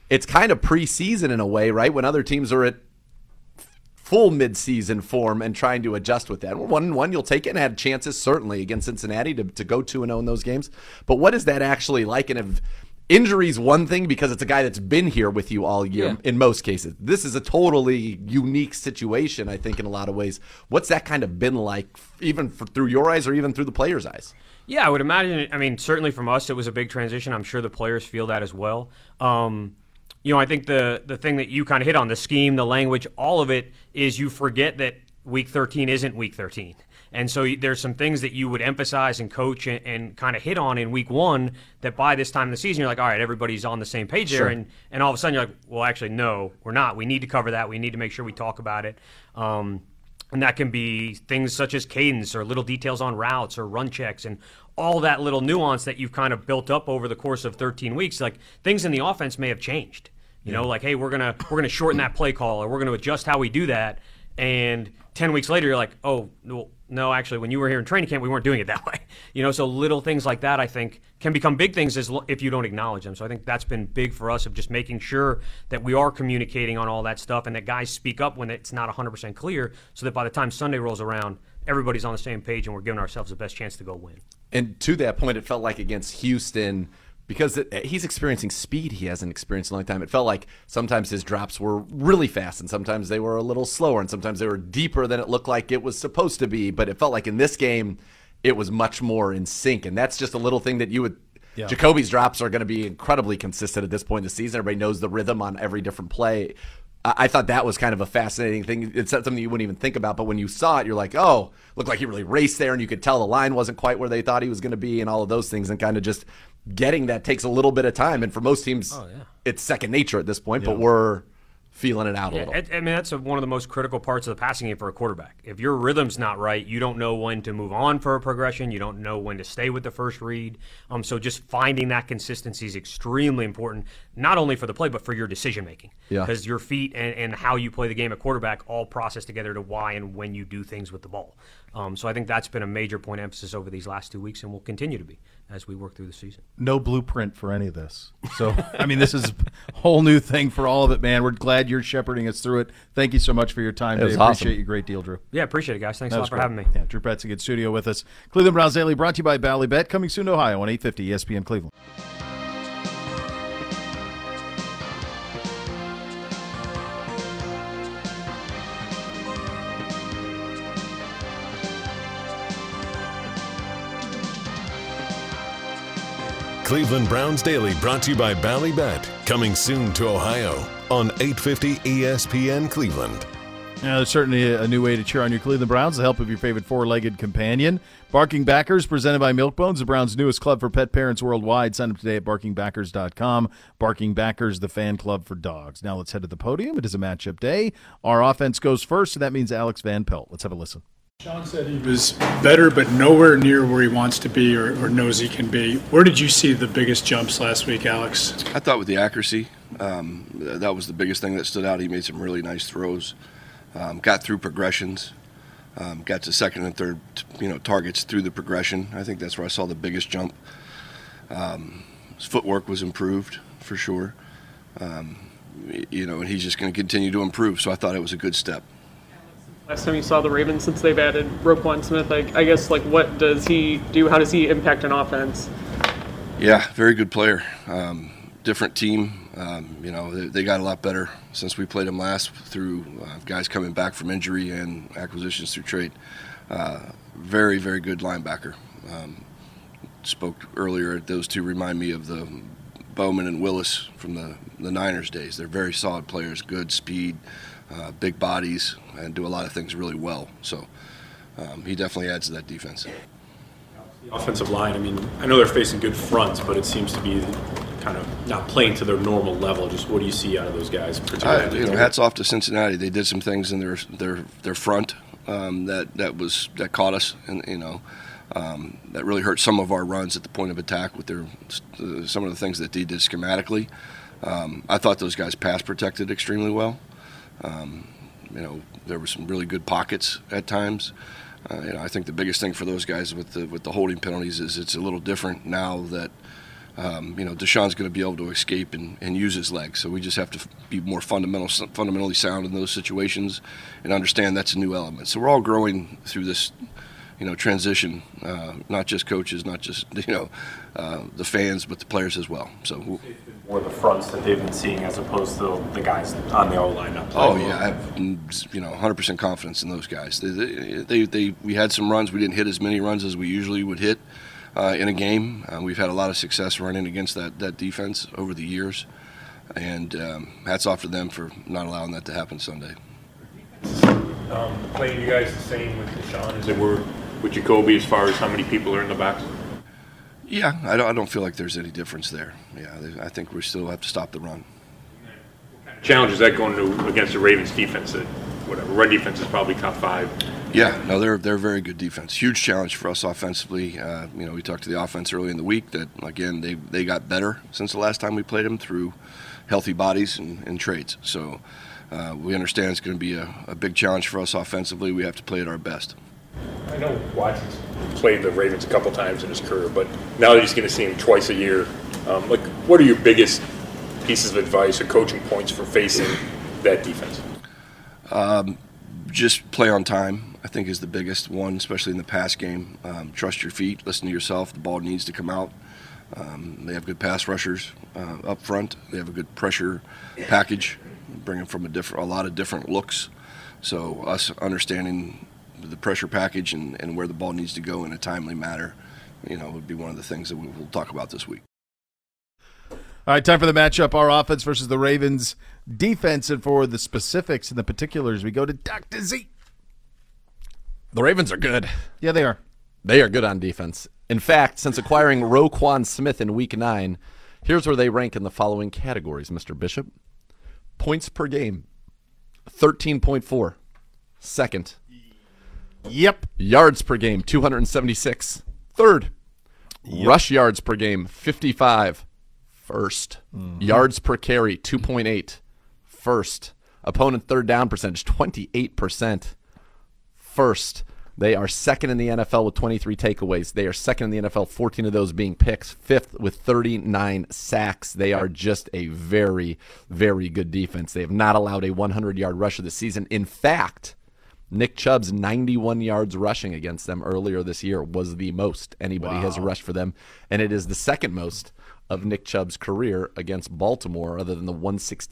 it's kind of preseason in a way, right? When other teams are at full midseason form and trying to adjust with that. One and one, you'll take it and had chances certainly against Cincinnati to, to go 2 and 0 in those games. But what is that actually like? And if injuries one thing because it's a guy that's been here with you all year in most cases. This is a totally unique situation, I think, in a lot of ways. What's that kind of been like, even for, through your eyes or even through the player's eyes?
Yeah, I would imagine. I mean, certainly from us, it was a big transition. I'm sure the players feel that as well. Um, you know, I think the the thing that you kind of hit on the scheme, the language, all of it is you forget that week 13 isn't week 13, and so you- there's some things that you would emphasize and coach and, and kind of hit on in week one that by this time of the season you're like, all right, everybody's on the same page there, and and all of a sudden you're like, well, actually, no, we're not. We need to cover that. We need to make sure we talk about it. Um, and that can be things such as cadence or little details on routes or run checks and all that little nuance that you've kind of built up over the course of 13 weeks. Like things in the offense may have changed. You know, like hey, we're gonna we're gonna shorten that play call or we're gonna adjust how we do that. And 10 weeks later, you're like, oh, well, no, actually, when you were here in training camp, we weren't doing it that way. You know, so little things like that, I think, can become big things as, lo- if you don't acknowledge them. So I think that's been big for us of just making sure that we are communicating on all that stuff and that guys speak up when it's not 100% clear so that by the time Sunday rolls around, everybody's on the same page and we're giving ourselves the best chance to go win.
And to that point, it felt like against Houston because it, he's experiencing speed he hasn't experienced in a long time. It felt like sometimes his drops were really fast, and sometimes they were a little slower, and sometimes they were deeper than it looked like it was supposed to be. But it felt like in this game, it was much more in sync, and that's just a little thing that you would. Jacoby's drops are going to be incredibly consistent at this point in the season. Everybody knows the rhythm on every different play. I I thought that was kind of a fascinating thing. It's not something you wouldn't even think about, but when you saw it, you're like, oh, looked like he really raced there, and you could tell the line wasn't quite where they thought he was going to be, and all of those things, and kind of just getting that takes a little bit of time. And for most teams, it's second nature at this point, but we're feeling it out a little.
Yeah, I I mean, that's a, one of the most critical parts of the passing game for a quarterback. If your rhythm's not right, you don't know when to move on for a progression. You don't know when to stay with the first read. Um, so just finding that consistency is extremely important, not only for the play, but for your decision making.
Yeah.
Because your feet and, and how you play the game at quarterback all process together to why and when you do things with the ball. Um, so I think that's been a major point of emphasis over these last two weeks and will continue to be as we work through the season.
no blueprint for any of this. So, I mean, this is a whole new thing for all of it, man. We're glad you're shepherding us through it. Thank you so much for your time.
was
Dave.
awesome.
Appreciate you a great deal, Drew.
Yeah, appreciate it, guys. Thanks a lot for
great.
having me.
Yeah, Drew Petzing in studio with us. Cleveland Browns Daily brought to you by Ballybet. Coming soon to Ohio on E 850 ESPN Cleveland.
Cleveland Browns Daily brought to you by Ballybet. Coming soon to Ohio on E 850 ESPN Cleveland.
Now, there's certainly a new way to cheer on your Cleveland Browns, the help of your favorite four legged companion. Barking Backers, presented by Milkbones, the Browns' newest club for pet parents worldwide. Sign up today at barkingbackers.com. Barking Backers, the fan club for dogs. Now, let's head to the podium. It is a matchup day. Our offense goes first, and that means Alex Van Pelt. Let's have a listen.
Sean said he was better, but nowhere near where he wants to be or, or knows he can be. Where did you see the biggest jumps last week, Alex?
I thought with the accuracy, um, th- that was the biggest thing that stood out. He made some really nice throws, um, got through progressions, um, got to second and third, t- you know, targets through the progression. I think that's where I saw the biggest jump. Um, his footwork was improved for sure, um, y- you know, and he's just going to continue to improve. So I thought it was a good step.
Last time you saw the Ravens, since they've added Roquan Smith, like I guess, like what does he do? How does he impact an offense?
Yeah, very good player. Um, different team. Um, you know, they, they got a lot better since we played them last through uh, guys coming back from injury and acquisitions through trade. Uh, very, very good linebacker. Um, spoke earlier, those two remind me of the Bowman and Willis from the, the Niners days. They're very solid players, good speed, uh, big bodies, and do a lot of things really well. So um, he definitely adds to that defense.
The offensive line, I mean, I know they're facing good fronts, but it seems to be kind of not playing to their normal level. Just what do you see out of those guys?
I,
particularly?
you know, hats off to Cincinnati. They did some things in their their their front um, that that was that caught us, and you know, um, that really hurt some of our runs at the point of attack with their uh, some of the things that they did schematically. Um, I thought those guys pass protected extremely well. Um, you know, there were some really good pockets at times. Uh, you know, I think the biggest thing for those guys with the with the holding penalties is it's a little different now that you know, Deshaun's going to be able to escape and, and use his legs. So we just have to f- be more fundamental, fundamentally sound in those situations and understand that's a new element. So we're all growing through this, you know, transition, uh, not just coaches, not just, you know, uh, the fans, but the players as well. So we'll,
More the fronts that they've been seeing as opposed to the guys on the O line not
Oh
playing.
yeah, I
well.
have mm, you know 100% confidence in those guys. They, they, they, they we had some runs. We didn't hit as many runs as we usually would hit uh, in a game. Uh, we've had a lot of success running against that that defense over the years, and um, hats off to them for not allowing that to happen Sunday.
um, playing you guys the same with Deshaun as they were with Jacoby as far as how many people are in the box?
Yeah, I don't, I don't feel like there's any difference there. Yeah, they, I think we still have to stop the run.
Challenge is that going to against the Ravens defense that whatever red defense is probably top five.
Yeah, no, they're they're a very good defense. Huge challenge for us offensively. Uh, you know, we talked to the offense early in the week that again they they got better since the last time we played them through healthy bodies and, and trades. So uh, we understand it's going to be a, a big challenge for us offensively. We have to play at our best.
I know Watson's played the Ravens a couple times in his career, but now that he's going to see him twice a year, um, like, what are your biggest pieces of advice or coaching points for facing that defense?
Um, just play on time, I think, is the biggest one, especially in the pass game. Um, trust your feet, listen to yourself. The ball needs to come out. Um, they have good pass rushers uh, up front. They have a good pressure package, bringing from a different, a lot of different looks. So us understanding the pressure package and, and where the ball needs to go in a timely manner, you know, would be one of the things that we will talk about this week.
All right, time for the matchup. Our offense versus the Ravens defense. And for the specifics and the particulars, we go to Dr. Z.
The Ravens are good.
Yeah, they are.
They are good on defense. In fact, since acquiring Roquan Smith in week nine, here's where they rank in the following categories, Mr. Bishop. Points per game, 13.4. Second.
Yep.
Yards per game, 276. Third. Rush yards per game, 55. First. Yards per carry, 2.8. First. Opponent third down percentage, 28% first. They are second in the NFL with 23 takeaways. They are second in the NFL, 14 of those being picks. Fifth with 39 sacks. They are just a very, very good defense. They have not allowed a 100 yard rusher this season. In fact, Nick Chubb's 91 yards rushing against them earlier this year was the most anybody has rushed for them, and it is the second most of Nick Chubb's career against Baltimore, other than the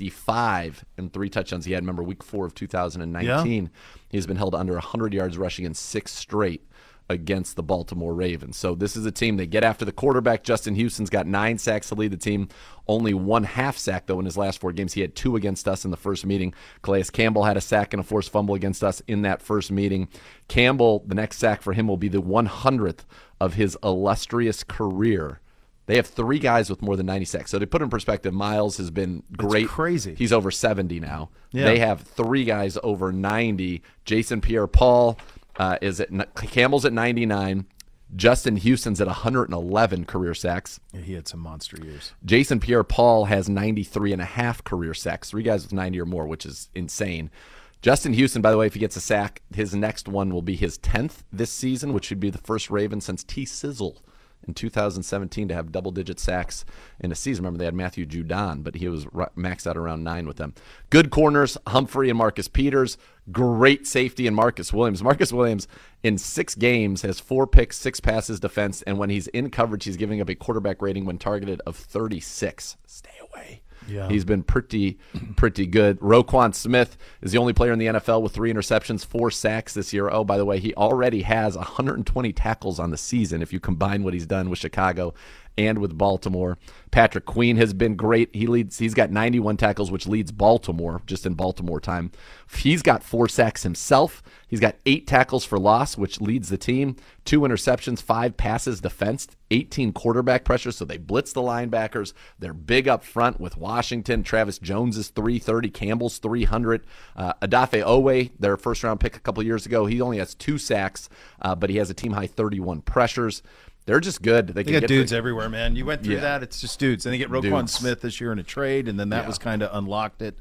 165 and three touchdowns he had. Remember, week four of 2019, he's been held under 100 yards rushing in six straight against the Baltimore Ravens. So this is a team they get after the quarterback. Justin Houston's got nine sacks to lead the team. Only one half sack though in his last four games. He had two against us in the first meeting. Calais Campbell had a sack and a forced fumble against us in that first meeting. Campbell, the next sack for him will be the 100th of his illustrious career. They have three guys with more than 90 sacks. So to put in perspective, Miles has been great.
crazy.
He's over 70 now.
Yeah.
They have three guys over 90. Jason Pierre-Paul uh, is at n- Campbell's at 99. Justin Houston's at 111 career sacks.
Yeah, he had some monster years.
Jason Pierre Paul has 93 and a half career sacks, three guys with 90 or more, which is insane. Justin Houston, by the way, if he gets a sack, his next one will be his 10th this season, which should be the first Raven since T Sizzle in 2017 to have double digit sacks in a season. Remember, they had Matthew Judon, but he was ru- maxed out around nine with them. Good corners, Humphrey and Marcus Peters. Great safety in Marcus Williams. Marcus Williams, in six games, has four picks, six passes defense, and when he's in coverage, he's giving up a quarterback rating when targeted of 36. Stay away. Yeah. He's been pretty, pretty good. Roquan Smith is the only player in the NFL with three interceptions, four sacks this year. Oh, by the way, he already has 120 tackles on the season if you combine what he's done with Chicago and with Baltimore. Patrick Queen has been great. He leads he's got 91 tackles which leads Baltimore just in Baltimore time. He's got 4 sacks himself. He's got 8 tackles for loss which leads the team. 2 interceptions, 5 passes defensed, 18 quarterback pressures so they blitz the linebackers. They're big up front with Washington. Travis Jones is 330, Campbell's 300. Uh, Adafe Owe, their first round pick a couple years ago, he only has 2 sacks, uh, but he has a team high 31 pressures. They're just good. They,
They
can
got
get
dudes
the-
everywhere, man. You went through
Yeah.
that. It's just dudes. And they get Roquan
Dudes.
Smith this year in a trade, and then that was kind of unlocked it,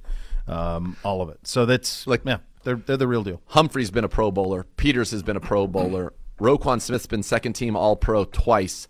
um, all of it. So that's like, yeah, they're they're the real deal.
Humphrey's been a Pro Bowler. Peters has been a Pro Bowler. Roquan Smith's been second team All Pro twice.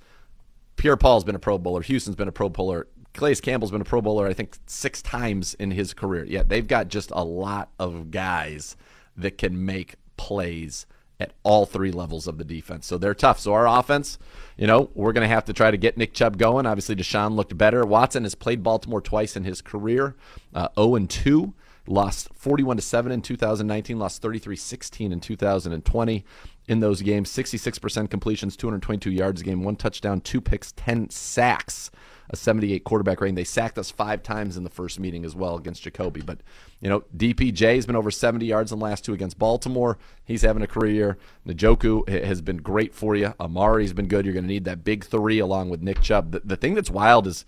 Pierre Paul's been a Pro Bowler. Houston's been a Pro Bowler. Clay's Campbell's been a Pro Bowler, I think, six times in his career. Yeah, they've got just a lot of guys that can make plays at all three levels of the defense. So they're tough. So our offense, you know, we're going to have to try to get Nick Chubb going. Obviously, Deshaun looked better. Watson has played Baltimore twice in his career, uh, 0 and 2 lost 41 to 7 in 2019 lost 33-16 in 2020 in those games 66% completions 222 yards a game one touchdown two picks 10 sacks a 78 quarterback rating they sacked us five times in the first meeting as well against jacoby but you know dpj has been over 70 yards in the last two against baltimore he's having a career year najoku ha- has been great for you amari's been good you're going to need that big three along with nick chubb the, the thing that's wild is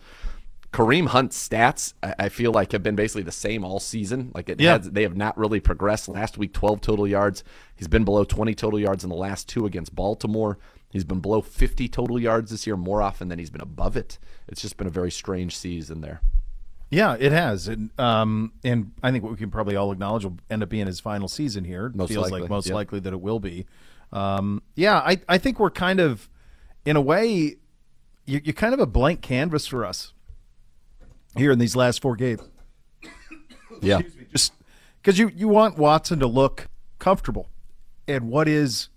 Kareem Hunt's stats, I I feel like, have been basically the same all season. Like it
Yeah.
has, they have not really progressed. Last week, 12 total yards. He's been below 20 total yards in the last two against Baltimore. He's been below 50 total yards this year more often than he's been above it. It's just been a very strange season there.
Yeah, it has, and um, and I think what we can probably all acknowledge will end up being his final season here.
Most
Feels
likely,
like most
yeah.
likely that it will be. Um, yeah, I, I think we're kind of, in a way, you're, you're kind of a blank canvas for us here in these last four games.
Yeah.
Excuse me, just because you, you want Watson to look comfortable. And what is,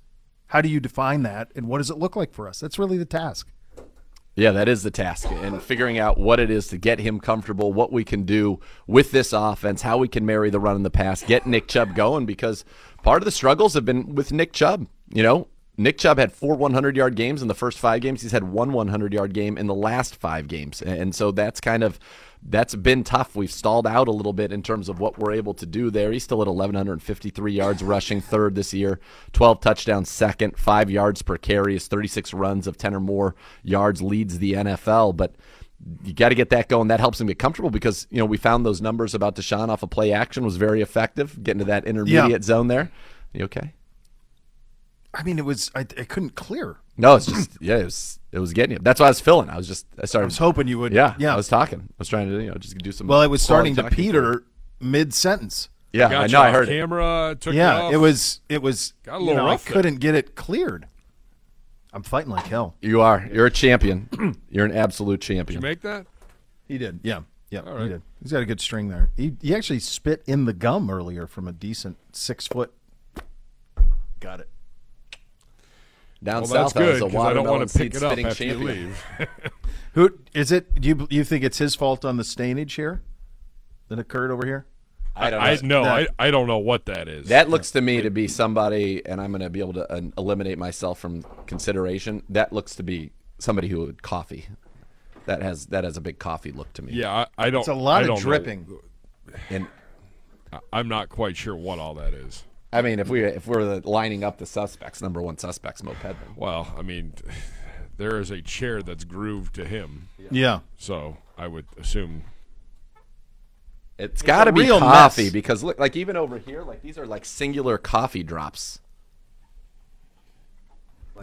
how do you define that? And what does it look like for us? That's really the task.
Yeah, that is the task, and figuring out what it is to get him comfortable, what we can do with this offense, how we can marry the run and the pass, get Nick Chubb going, because part of the struggles have been with Nick Chubb. You know, Nick Chubb had four 100 yard games in the first five games. He's had one 100 yard game in the last five games, and so that's kind of that's been tough. We've stalled out a little bit in terms of what we're able to do there. He's still at 1,153 yards rushing, third this year, 12 touchdowns, second, five yards per carry, is 36 runs of 10 or more yards, leads the NFL. But you got to get that going. That helps him get comfortable because, you know, we found those numbers about Deshaun off a of play action was very effective, getting to that intermediate
Yeah.
zone there. You okay?
I mean, it was, I, I couldn't clear.
No, it's just, yeah, it was, it was getting him. That's why I was filling. I was just, I started. I was
hoping you would.
Yeah,
Yeah.
I was talking. I was trying to, you know, just do some.
Well, it was starting to
quality talking.
peter mid sentence.
Yeah,
Got
I
you
know. I
off
heard it.
camera, Took you
Yeah,
off.
it was. It was.
Got a
you
little
know, I
rough there.
couldn't get it cleared. I'm fighting like hell.
You are. You're a champion. You're an absolute champion.
Did you make that?
He did. Yeah. Yeah. He
right.
did. He's got a good string there. He he actually spit in the gum earlier from a decent six foot. Got it.
Down
Well,
south,
that's
I was
good
a
'cause I don't
watermelon
want to pick
seed
it up
spitting
after you
champion.
leave.
Who is it? Do you you think it's his fault on the stainage here that occurred over here?
I don't know.
I no, I, I don't know what that is.
that looks to me to be somebody, and I'm going to be able to uh, eliminate myself from consideration. That looks to be somebody who would coffee. That has that has a big coffee look to me.
yeah, I, I don't.
It's a lot
I
of
don't know.
dripping.
And
I'm not quite sure what all that is.
I mean, if we if we're the, lining up the suspects, number one suspects, Mo Pedman.
Well, I mean, there is a chair that's grooved to him,
Yeah.
so I would assume.
it's got to be
real
coffee
mess.
because look, like even over here, like these are like singular coffee drops.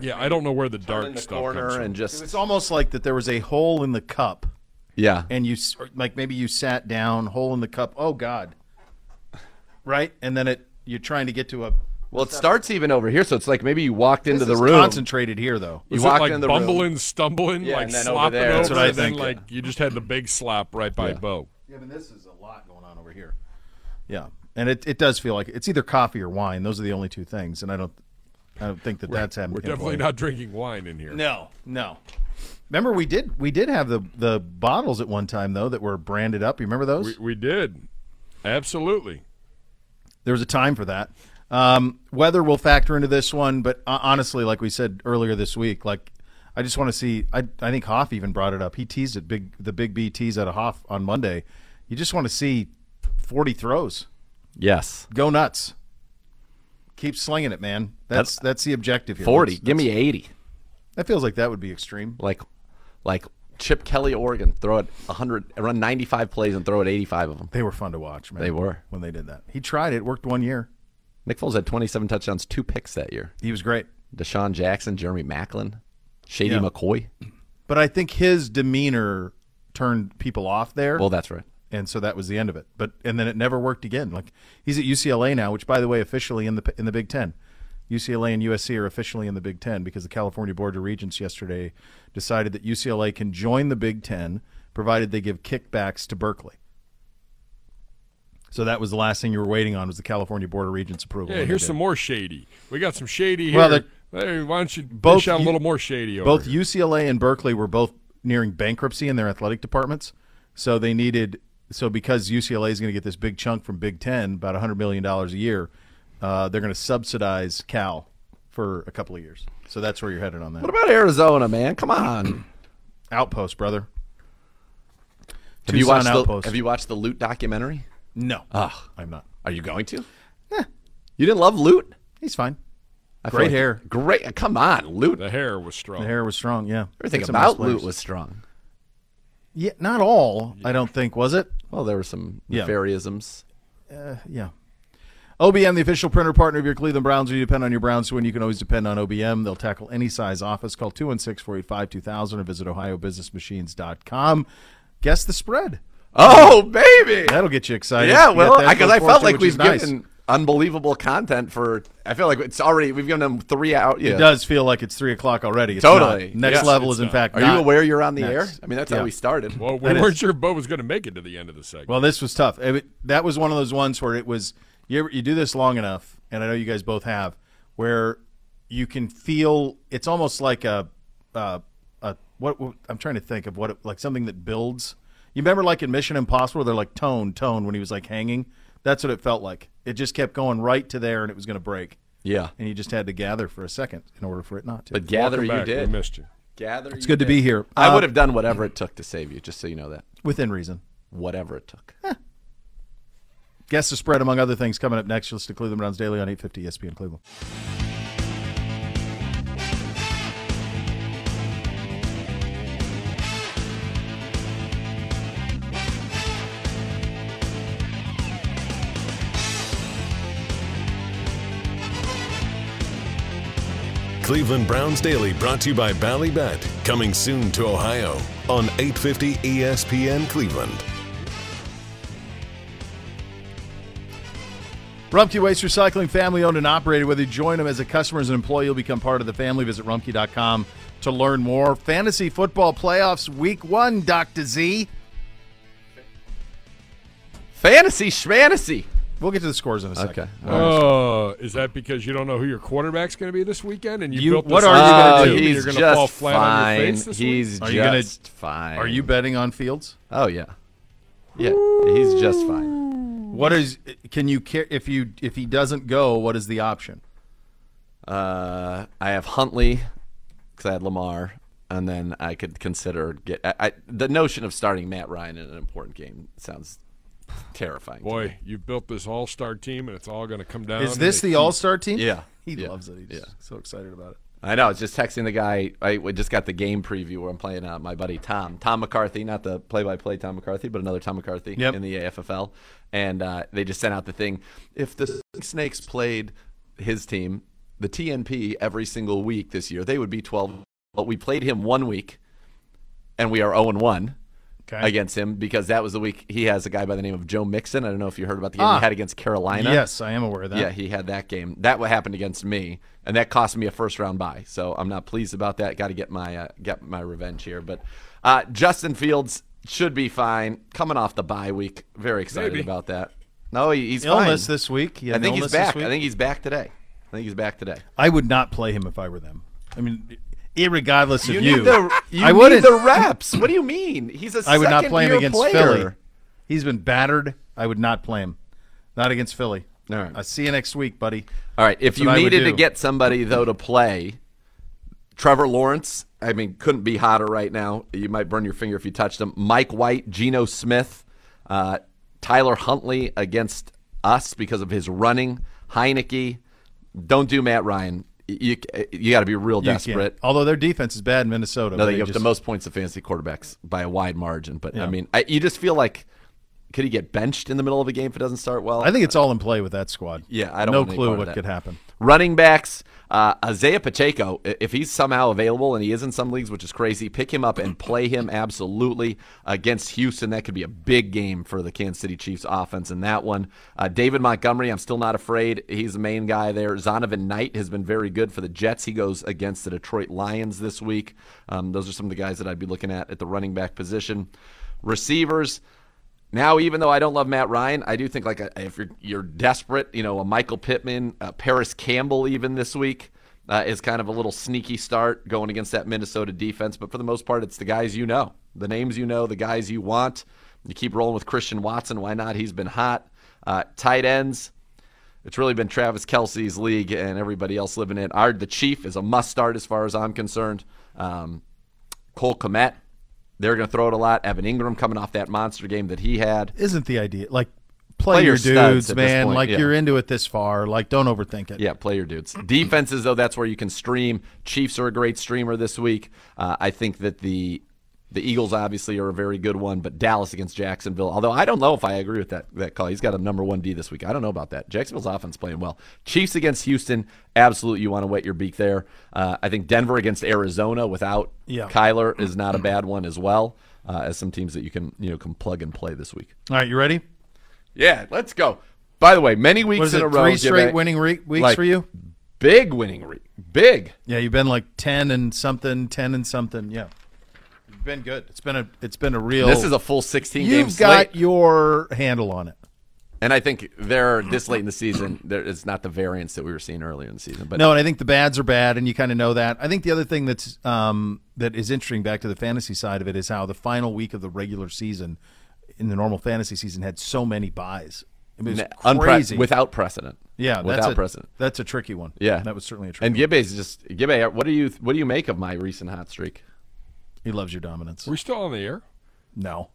yeah, I don't know where the
in
dark
the
stuff comes
corner
from.
and just
It's almost like that there was a hole in the cup,
yeah.
and you s- or, like maybe you sat down, hole in the cup. Oh God. Right, and then it you're trying to get to a.
Well, it starts even over here, so it's like maybe you walked into
This
the
is
room.
Concentrated here though.
You
Is
walked
it like
in the room.
bumbling, stumbling,
Yeah,
like
and then over
slopping
there.
over,
That's
what I
and then
think.
like you just had the big slap right by Bo.
Yeah, but this is a lot going on over here. Yeah, and it, it does feel like it's either coffee or wine. Those are the only two things, and I don't I don't think that that's happening.
We're definitely not drinking wine in here.
No, no. Remember, we did we did have the the bottles at one time though that were branded up. You remember those?
We, we did, absolutely.
there was a time for that. Um, weather will factor into this one, but uh, honestly, like we said earlier this week, like I just want to see. I, I think Hoff even brought it up. He teased it big. The big B teased out of Hoff on Monday. You just want to see forty throws.
Yes.
go nuts. Keep slinging it, man. That's that's, the objective here.
40.
That's-
Give
that's-
me 80.
That feels like that would be extreme.
Like like Chip Kelly, Oregon. Throw it 100, run 95 plays and throw it 85 of them.
They were fun to watch, man.
They were.
when they did that. He tried it. Worked one year.
Nick Foles had 27 touchdowns, two picks that year.
He was great.
Deshaun Jackson, Jeremy Macklin, Shady
Yeah.
McCoy.
But I think his demeanor turned people off there.
Well, that's right.
and so that was the end of it. But and then it never worked again. Like he's at UCLA now, which by the way, officially in the in the Big Ten. UCLA and USC are officially in the Big Ten because the California Board of Regents yesterday decided that UCLA can join the Big Ten provided they give kickbacks to Berkeley. So that was the last thing you were waiting on was the California Board of Regents approval.
Yeah,
and they
here's
did.
some more shady. We got some shady
Well,
here. Hey, why don't you
both
dish out
you-
a little more shady over
both
here?
UCLA and Berkeley were both nearing bankruptcy in their athletic departments, so they needed so because UCLA is going to get this big chunk from Big Ten, about hundred million dollars a year, uh, they're going to subsidize Cal for a couple of years. So that's where you're headed on that
What about Arizona, man? Come on.
outpost, brother.
have, you
Tucson
watched the,
outpost?
have you watched the Loot documentary?
No,
Ah.
I'm not.
Are you going to? You didn't love Loot?
He's fine.
I feel
Great hair.
Great. Come on, Loot.
The hair was strong.
The hair was strong. Yeah,
Everything
It's a nice
about
place.
Loot was strong.
yeah, not all. I don't think was it.
Well, there were some
Yeah.
nefariousisms.
Yeah. OBM, the official printer partner of your Cleveland Browns. You depend on your Browns to win. You can always depend on OBM. They'll tackle any size office. Call 216 485 2000 or visit ohiobusinessmachines.com. Guess the spread.
Oh, baby.
That'll get you excited.
Yeah,
You got
well,
that
because I
going for
felt
you,
like
which is
we've
nice.
given unbelievable content for. I feel like it's already we've given them three out. Yeah,
It does feel like it's three o'clock already. It's
totally.
not. Next
Yes,
level
it's
is in
not.
fact.
Are you
not
aware you're on the air?
next.
I mean, that's
Yeah.
how we started.
Well, we
That is-
weren't sure Bo was going to make it to the end of the segment.
Well, this was tough. It- that was one of those ones where it was you ever, you do this long enough, and I know you guys both have, where you can feel it's almost like a uh, a what, what I'm trying to think of what it, like something that builds. You remember like in Mission Impossible, they're like tone tone when he was like hanging. That's what it felt like. It just kept going right to there, and it was going to break.
Yeah.
and you just had to gather for a second in order for it not to.
But gather
Welcome
you
back.
did.
We missed you.
Gather. It's
good to be here.
I
Uh,
would have done whatever it took to save you, just so you know that.
within reason.
Whatever it took.
Guess the spread, among other things, coming up next. Let's to Cleveland Browns Daily on E 850 ESPN Cleveland.
Cleveland Browns Daily brought to you by Ballybet, coming soon to Ohio on E 850 ESPN Cleveland.
Rumpke Waste Recycling, family owned and operated. Whether you join them as a customer, as an employee, you'll become part of the family. Visit rumpke.com to learn more. Fantasy football playoffs week one, Dr. Z.
Fantasy schmantasy.
We'll get to the scores in a second.
Okay.
Oh, is that because you don't know who your quarterback's going to be this weekend? And you,
You-
built this
what are you gonna
Oh,
team and
he's
you're gonna
just
fall flat
fine.
on your face this week?
he's
Are
just
you gonna-
fine.
Are you betting on Fields?
Oh yeah. Yeah. He's just fine.
What is can you care if you if he doesn't go, what is the option?
Uh, I have Huntley because I had Lamar, and then I could consider get I, I, the notion of starting Matt Ryan in an important game sounds terrifying. to me.
Boy, you built this all-star team, and it's all going to come down.
Is this
to-
the all star team?
Yeah.
He
Yeah.
loves it. He's
Yeah.
so excited about it.
I know. I was just texting the guy. I we just got the game preview where I'm playing uh, my buddy Tom, Tom McCarthy, not the play-by-play Tom McCarthy, but another Tom McCarthy
Yep.
in the AFFL. And uh, they just sent out the thing: if the Snakes played his team, the TNP every single week this year, they would be 12. But we played him one week, and we are 0 and 1
Okay.
against him because that was the week he has a guy by the name of Joe Mixon. I don't know if you heard about the game
Ah.
he had against Carolina.
Yes, I am aware of that.
Yeah, he had that game. That what happened against me, and that cost me a first round bye. So I'm not pleased about that. Got to get my uh, get my revenge here. But uh, Justin Fields should be fine coming off the bye week. Very excited
Maybe.
about that. No, he- he's
illness
fine.
this week. He had
I
an
think he's
illness this
back. I
week?
think he's back today. I think he's back today.
I would not play him if I were them. I mean, irregardless of you,
need the you
I
need
wouldn't.
the reps. What do you mean? He's a
I would not play him
second-year
against
player.
Philly. He's been battered. I would not play him. Not against Philly.
All right.
I'll see you next week, buddy.
All right. If
That's
you
what I would
needed to
do.
get somebody though to play, Trevor Lawrence, I mean, couldn't be hotter right now. You might burn your finger if you touched him. Mike White, Geno Smith, uh, Tyler Huntley against us because of his running. Heineke, don't do Matt Ryan. You uh, you got to be real
You
desperate.
can't- Although their defense is bad in Minnesota.
No,
but
they give up the
just-
most points to fantasy quarterbacks by a wide margin. But
Yeah.
I mean, I, you just feel like could he get benched in the middle of a game if it doesn't start well?
I think it's all in play with that squad.
Yeah, I don't
No
want any
clue
part of
what
that.
could happen.
Running backs, uh, Isaiah Pacheco, i- if he's somehow available and he is in some leagues, which is crazy, pick him up and play him absolutely against Houston. That could be a big game for the Kansas City Chiefs offense in that one. Uh, David Montgomery, I'm still not afraid. He's the main guy there. Zonovan Knight has been very good for the Jets. He goes against the Detroit Lions this week. Um, those are some of the guys that I'd be looking at at the running back position. Receivers, now, even though I don't love Matt Ryan, I do think like a, if you're you're desperate, you know, a Michael Pittman, a Paris Campbell, even this week uh, is kind of a little sneaky start going against that Minnesota defense. But for the most part, it's the guys you know, the names you know, the guys you want. You keep rolling with Christian Watson. Why not? He's been hot. Uh, tight ends. It's really been Travis Kelsey's league and everybody else living in. Our the Chief is a must start as far as I'm concerned. Um, Cole Komet, they're going to throw it a lot. Evan Ingram coming off that monster game that he had.
Isn't the idea like play,
Play
your
your studs
dudes,
at this
man?
point,
like
yeah.
you're into it this far. Like don't overthink it.
Yeah, play your dudes. Defenses, though, that's where you can stream. Chiefs are a great streamer this week. Uh, I think that the the Eagles obviously are a very good one, but Dallas against Jacksonville. Although I don't know if I agree with that that call. He's got a number one D this week. I don't know about that. Jacksonville's offense playing well. Chiefs against Houston, absolutely. You want to wet your beak there. Uh, I think Denver against Arizona without
Yeah.
Kyler is not a bad one as well. Uh, as some teams that you can you know can plug and play this week.
All right, you ready?
Yeah, let's go. By the way, many weeks
Was
in
it
a row.
three
give
straight
a-
winning re- weeks
like,
for you?
Big winning re- big.
Yeah, you've been like ten and something, ten and something. Yeah, you've been good. It's been a it's been a real.
This is a full 16 game
Oh. You've got
slate.
your handle on it.
And I think there this late in the season, there is not the variance that we were seeing earlier in the season. But
no, and I think the bads are bad, and you kind of know that. I think the other thing that's um, that is interesting back to the fantasy side of it is how the final week of the regular season, in the normal fantasy season, had so many buys. It was
unpre-
crazy
without precedent.
Yeah,
without
that's a,
precedent.
That's a tricky one.
Yeah,
that was certainly a tricky.
And Gibbe's just Gibbe. What do you what do you make of my recent hot streak?
one. He loves your dominance.
Are we still on the air?
No,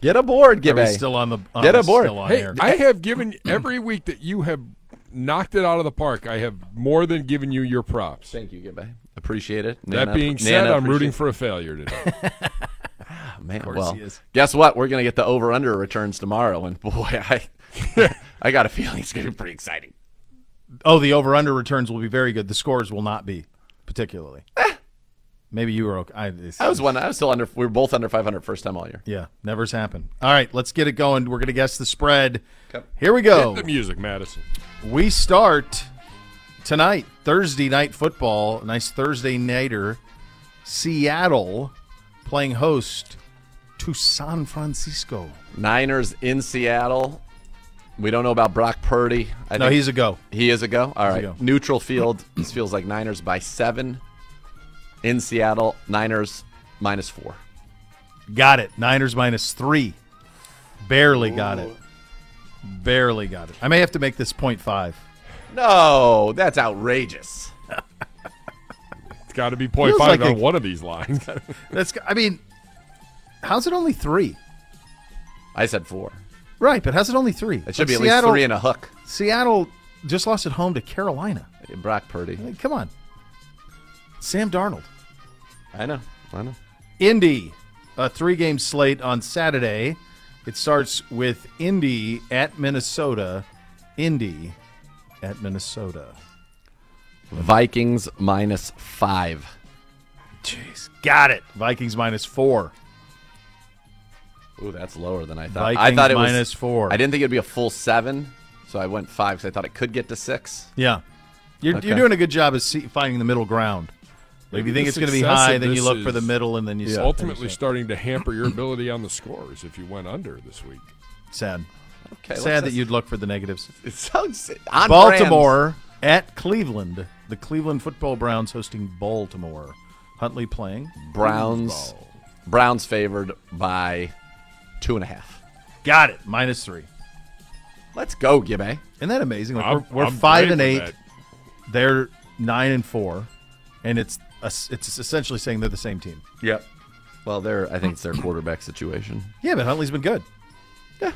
Get aboard,
Are we
Gibbe.
still on the on
Get
the-
aboard.
Still on
Hey,
air.
I have given every week that you have knocked it out of the park. I have more than given you your props.
Thank you, Gibbe. Appreciate it.
that
Nana-
being said,
Nana
I'm rooting
appreciate-
for a failure today.
Oh, man,
course
well,
he is.
guess what? We're gonna get the over under returns tomorrow, and boy, I I got a feeling it's gonna be pretty exciting.
Oh, the over under returns will be very good. The scores will not be particularly. Maybe you were okay. I, it's-
Eh. I was one. I was still under. We were both under 500 first time all year.
yeah, never's happened. All right, let's get it going. We're going to guess the spread. Here we go.
Hit the music, Madison.
We start tonight, Thursday night football. Nice Thursday nighter. Seattle playing host to San Francisco.
Niners in Seattle. We don't know about Brock Purdy. I
No,
think-
he's a go.
He is a go. All right.
a go.
Neutral field. This feels like Niners by seven. In Seattle, Niners minus four.
Got it. Niners minus three. Barely got it. Barely got it. I may have to make this point five.
No, that's outrageous.
It's got to be point
Feels
five
like
on
a-
one of these lines.
That's. I mean, how's it only three?
I said four.
Right, but how's it only three?
It should
Like,
be at least
Seattle-
three and a hook.
Seattle just lost at home to Carolina.
Brock Purdy.
Like, come on, Sam Darnold.
I know. I know.
Indy, a three-game slate on Saturday. It starts with Indy at Minnesota. Indy at Minnesota.
Vikings minus five.
Jeez, got it. Vikings minus four.
Ooh, that's lower than I thought. I
Vikings
thought it was
minus four.
I didn't think it'd be a full seven, so I went five because I thought it could get to six.
Yeah, you're,
Okay.
you're doing a good job of see, finding the middle ground. Like, if you think
The
it's going to be
success
high,
of
then you
this
look for
is
the middle, and then you
It's
yeah.
ultimately starting to hamper your ability on the scores if you went under this week.
sad.
Okay, let's
Sad that
just-
you'd look for the negatives.
It sounds on brand.
Baltimore at Cleveland. The Cleveland Football Browns hosting Baltimore. Huntley playing.
Browns. Browns favored by two and a half.
Got it. Minus three.
Let's go, Gibbe.
Isn't that amazing? Like,
I'm-
we're we're
I'm
five and
brave with
eight.
that.
They're nine and four, and it's it's essentially saying they're the same team.
Yep. Well, they're I think it's their quarterback situation.
Yeah, but Huntley's been good. Yeah.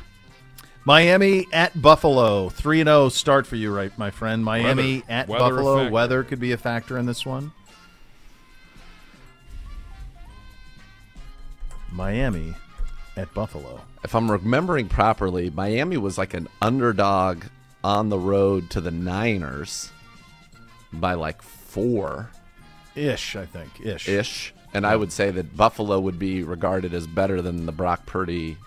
Miami at Buffalo, three and zero start for you, right, my friend? Miami
Weather.
at
Weather a
Buffalo,
factor.
weather could be a factor in this one. Miami at Buffalo.
If I'm remembering properly, Miami was like an underdog on the road to the Niners by like four
Ish, I think. Ish.
ish, and I would say that Buffalo would be regarded as better than the Brock Purdy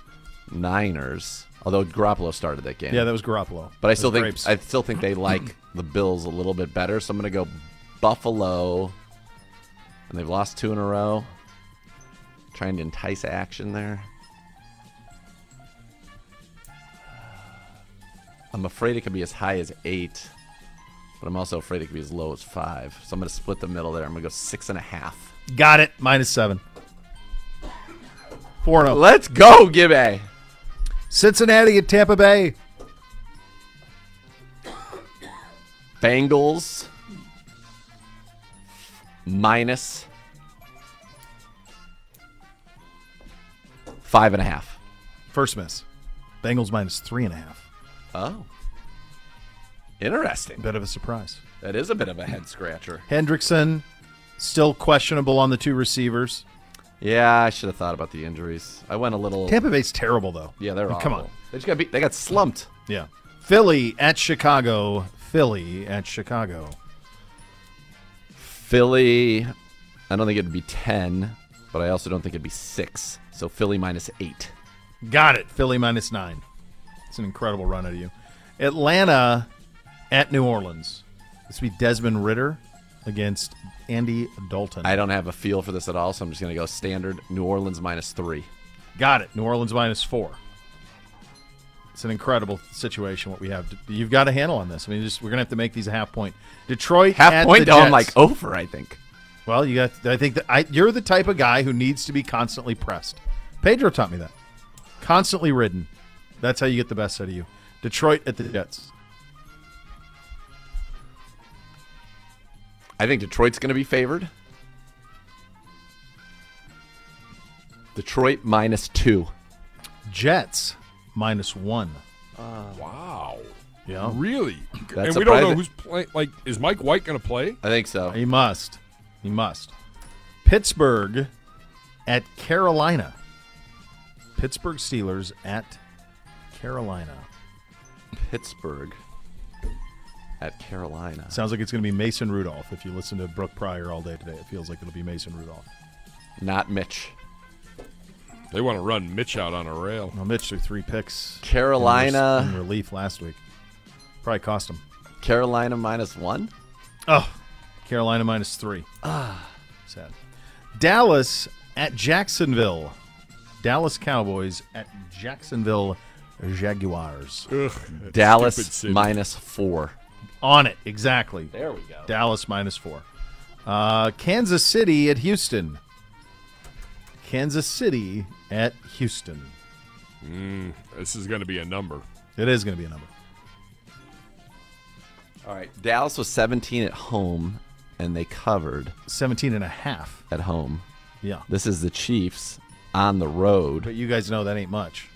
Niners, although Garoppolo started that game.
Yeah, that was Garoppolo.
But I
Those
still think
grapes.
I still think they like the Bills a little bit better. So I'm going to go Buffalo, and they've lost two in a row. Trying to entice action there. I'm afraid it could be as high as eight, but I'm also afraid it could be as low as five. So I'm going to split the middle there. I'm going to go six and a half.
got it. Minus seven. Four zero.
Let's go, Gibbe.
Cincinnati at Tampa Bay.
Bengals minus five and a half.
First miss. Bengals minus three and a half.
Oh. Interesting.
Bit of a surprise.
That is a bit of a head scratcher.
Hendrickson still questionable on the two receivers.
Yeah, I should have thought about the injuries. I went a little.
Tampa Bay's terrible though.
yeah, they're awful.
come on.
oh, They just got beat. They got slumped.
Yeah. Philly at Chicago. Philly at Chicago.
Philly. I don't think it'd be ten, but I also don't think it'd be six. So Philly minus eight.
Got it. Philly minus nine. It's an incredible run out of you. Atlanta at New Orleans. This would be Desmond Ritter against Andy Dalton.
I don't have a feel for this at all, so I'm just going to go standard New Orleans minus three.
Got it. New Orleans minus four. It's an incredible situation. What we have, to, you've got a handle on this. I mean, just we're gonna have to make these a half point. Detroit
Half
at
point
the
down,
Jets.
like over, I think.
Well, you got. I think that I, you're the type of guy who needs to be constantly pressed. Pedro taught me that. Constantly ridden. That's how you get the best out of you. Detroit at the Jets.
I think Detroit's going to be favored. Detroit minus two.
Jets minus one.
Wow.
Yeah,
Really?
That's
and we don't
surprising.
know who's playing. Like, is Mike White going to play?
I think so.
he must. He must. Pittsburgh at Carolina. Pittsburgh Steelers at Carolina.
Pittsburgh at Carolina.
Sounds like it's going to be Mason Rudolph. If you listen to Brooke Pryor all day today, it feels like it'll be Mason Rudolph.
Not Mitch.
They want to run Mitch out on a rail.
Well, Mitch threw three picks. in
Carolina.
res- in relief last week. Probably cost him.
Carolina minus one?
Oh, Carolina minus three. Ah, sad. Dallas at Jacksonville. Dallas Cowboys at Jacksonville Jaguars.
Stupid
Dallas
city.
minus four.
On it, exactly. There we go. Dallas minus four. Uh, Kansas City at Houston. Kansas City at Houston.
This is going to be a number.
It is going to be a number.
All right. Dallas was 17 at home, and they covered
17 and a half.
at home.
Yeah.
This is the Chiefs on the road.
But you guys know that ain't much.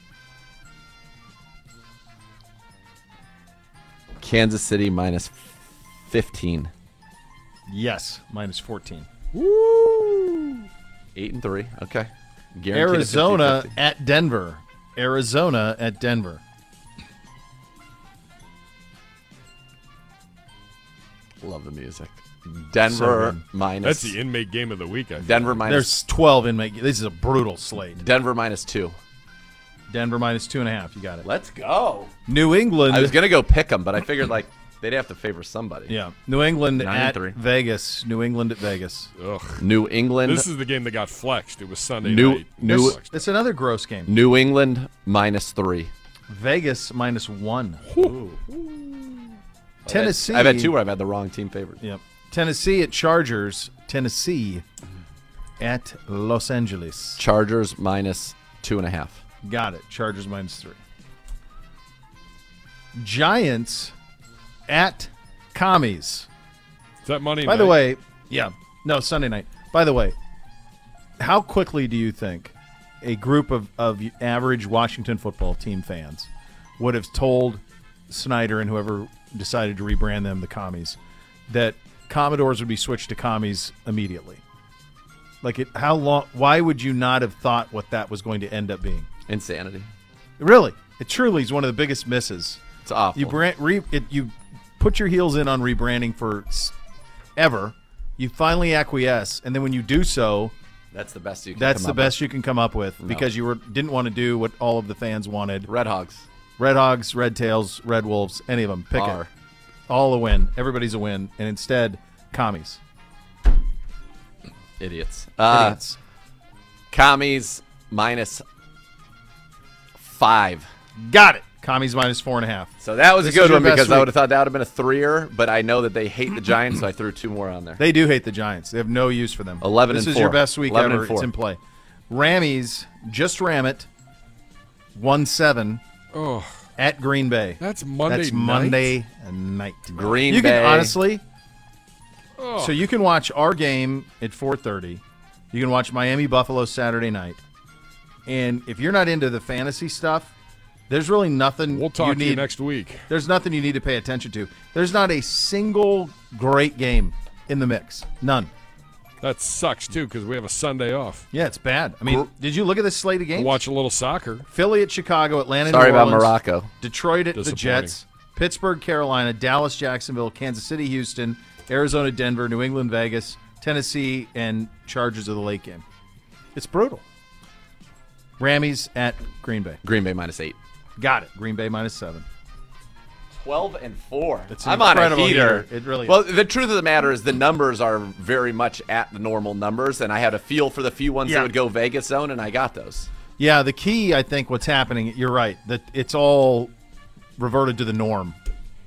Kansas City minus 15.
Yes, minus 14.
Eight and three. Okay. Guaranteed a
Arizona
50-50.
at Denver. Arizona at Denver.
Love the music. Denver
good.
That's
minus.
the inmate game of the week. I think.
Denver minus.
There's 12 in make. This is a brutal slate.
Denver minus two.
Denver minus two and a half. You got it.
Let's go.
New England.
I was gonna go pick them, but I figured like they'd have to favor somebody.
yeah. New England
Nine and
at
three.
Vegas. New England at Vegas.
Ugh.
New England.
This is the game that got flexed. It was Sunday
New-
night.
New-
Flexed.
It's another gross game.
New England minus three.
Vegas minus one. Tennessee.
I've had two where I've had the wrong team favored.
Yep. Tennessee at Chargers. Tennessee at Los Angeles.
Chargers minus two and a half.
Got it. Chargers minus three. Giants at commies.
Is that money?
By the
night?
way, yeah. No, Sunday night. By the way, how quickly do you think a group of, of average Washington football team fans would have told Snyder and whoever decided to rebrand them the commies that Commodores would be switched to commies immediately? Like, it, how long? Why would you not have thought what that was going to end up being?
Insanity.
Really, it truly is one of the biggest misses.
It's awful.
You brand re, it, you put your heels in on rebranding for s- ever. You finally acquiesce, and then when you do so,
That's the best you. Can
that's
come
the
up
best you can come up with because you were didn't want to do what all of the fans wanted:
with. Red Hogs.
Red Hogs, Red Tails, Red Wolves, any of them. Pick it,
Are.
all a win. Everybody's a win, and instead, commies.
Idiots. Uh,
Idiots.
Commies minus five.
Got it. Commies minus four and a half.
So that was
This
a
is
good
your
one
best
because I
week.
would have thought that would have been a threer, but I know that they hate the Giants, so I threw two more on there.
They do hate the Giants. They have no use for them.
11
This
and
is your
four.
best week
11 and
ever.
four.
It's in play. Rammies just ram it. One seven
oh,
at Green Bay.
That's Monday
That's
night?
Monday night.
Green
you
Bay.
can honestly.
Oh.
So you can watch our game at 4:30. You can watch Miami Buffalo Saturday night. And if you're not into the fantasy stuff, there's really nothing
we'll talk
you
to
need
you next week.
there's nothing you need to pay attention to. There's not a single great game in the mix. None.
That sucks too because we have a Sunday off.
Yeah, it's bad. I mean, did you look at this slate of games?
Watch a little soccer.
Philly at Chicago, Atlanta.
Sorry
New
about
Orleans,
Morocco.
Detroit at the
Disappointing.
Jets, Pittsburgh, Carolina, Dallas, Jacksonville, Kansas City, Houston, Arizona, Denver, New England, Vegas, Tennessee, and Chargers of the late game. It's brutal. Rammies at Green Bay.
Green Bay minus eight.
Got it. Green Bay minus seven.
12 and 4.
That's an
I'm on a
incredible
heater.
year. It really
Well, the truth of the matter is the numbers are very much at the normal numbers, and I had a feel for the few ones
Yeah.
that would go Vegas zone, and I got those.
Yeah, the key, I think, what's happening. You're right that it's all reverted to the norm.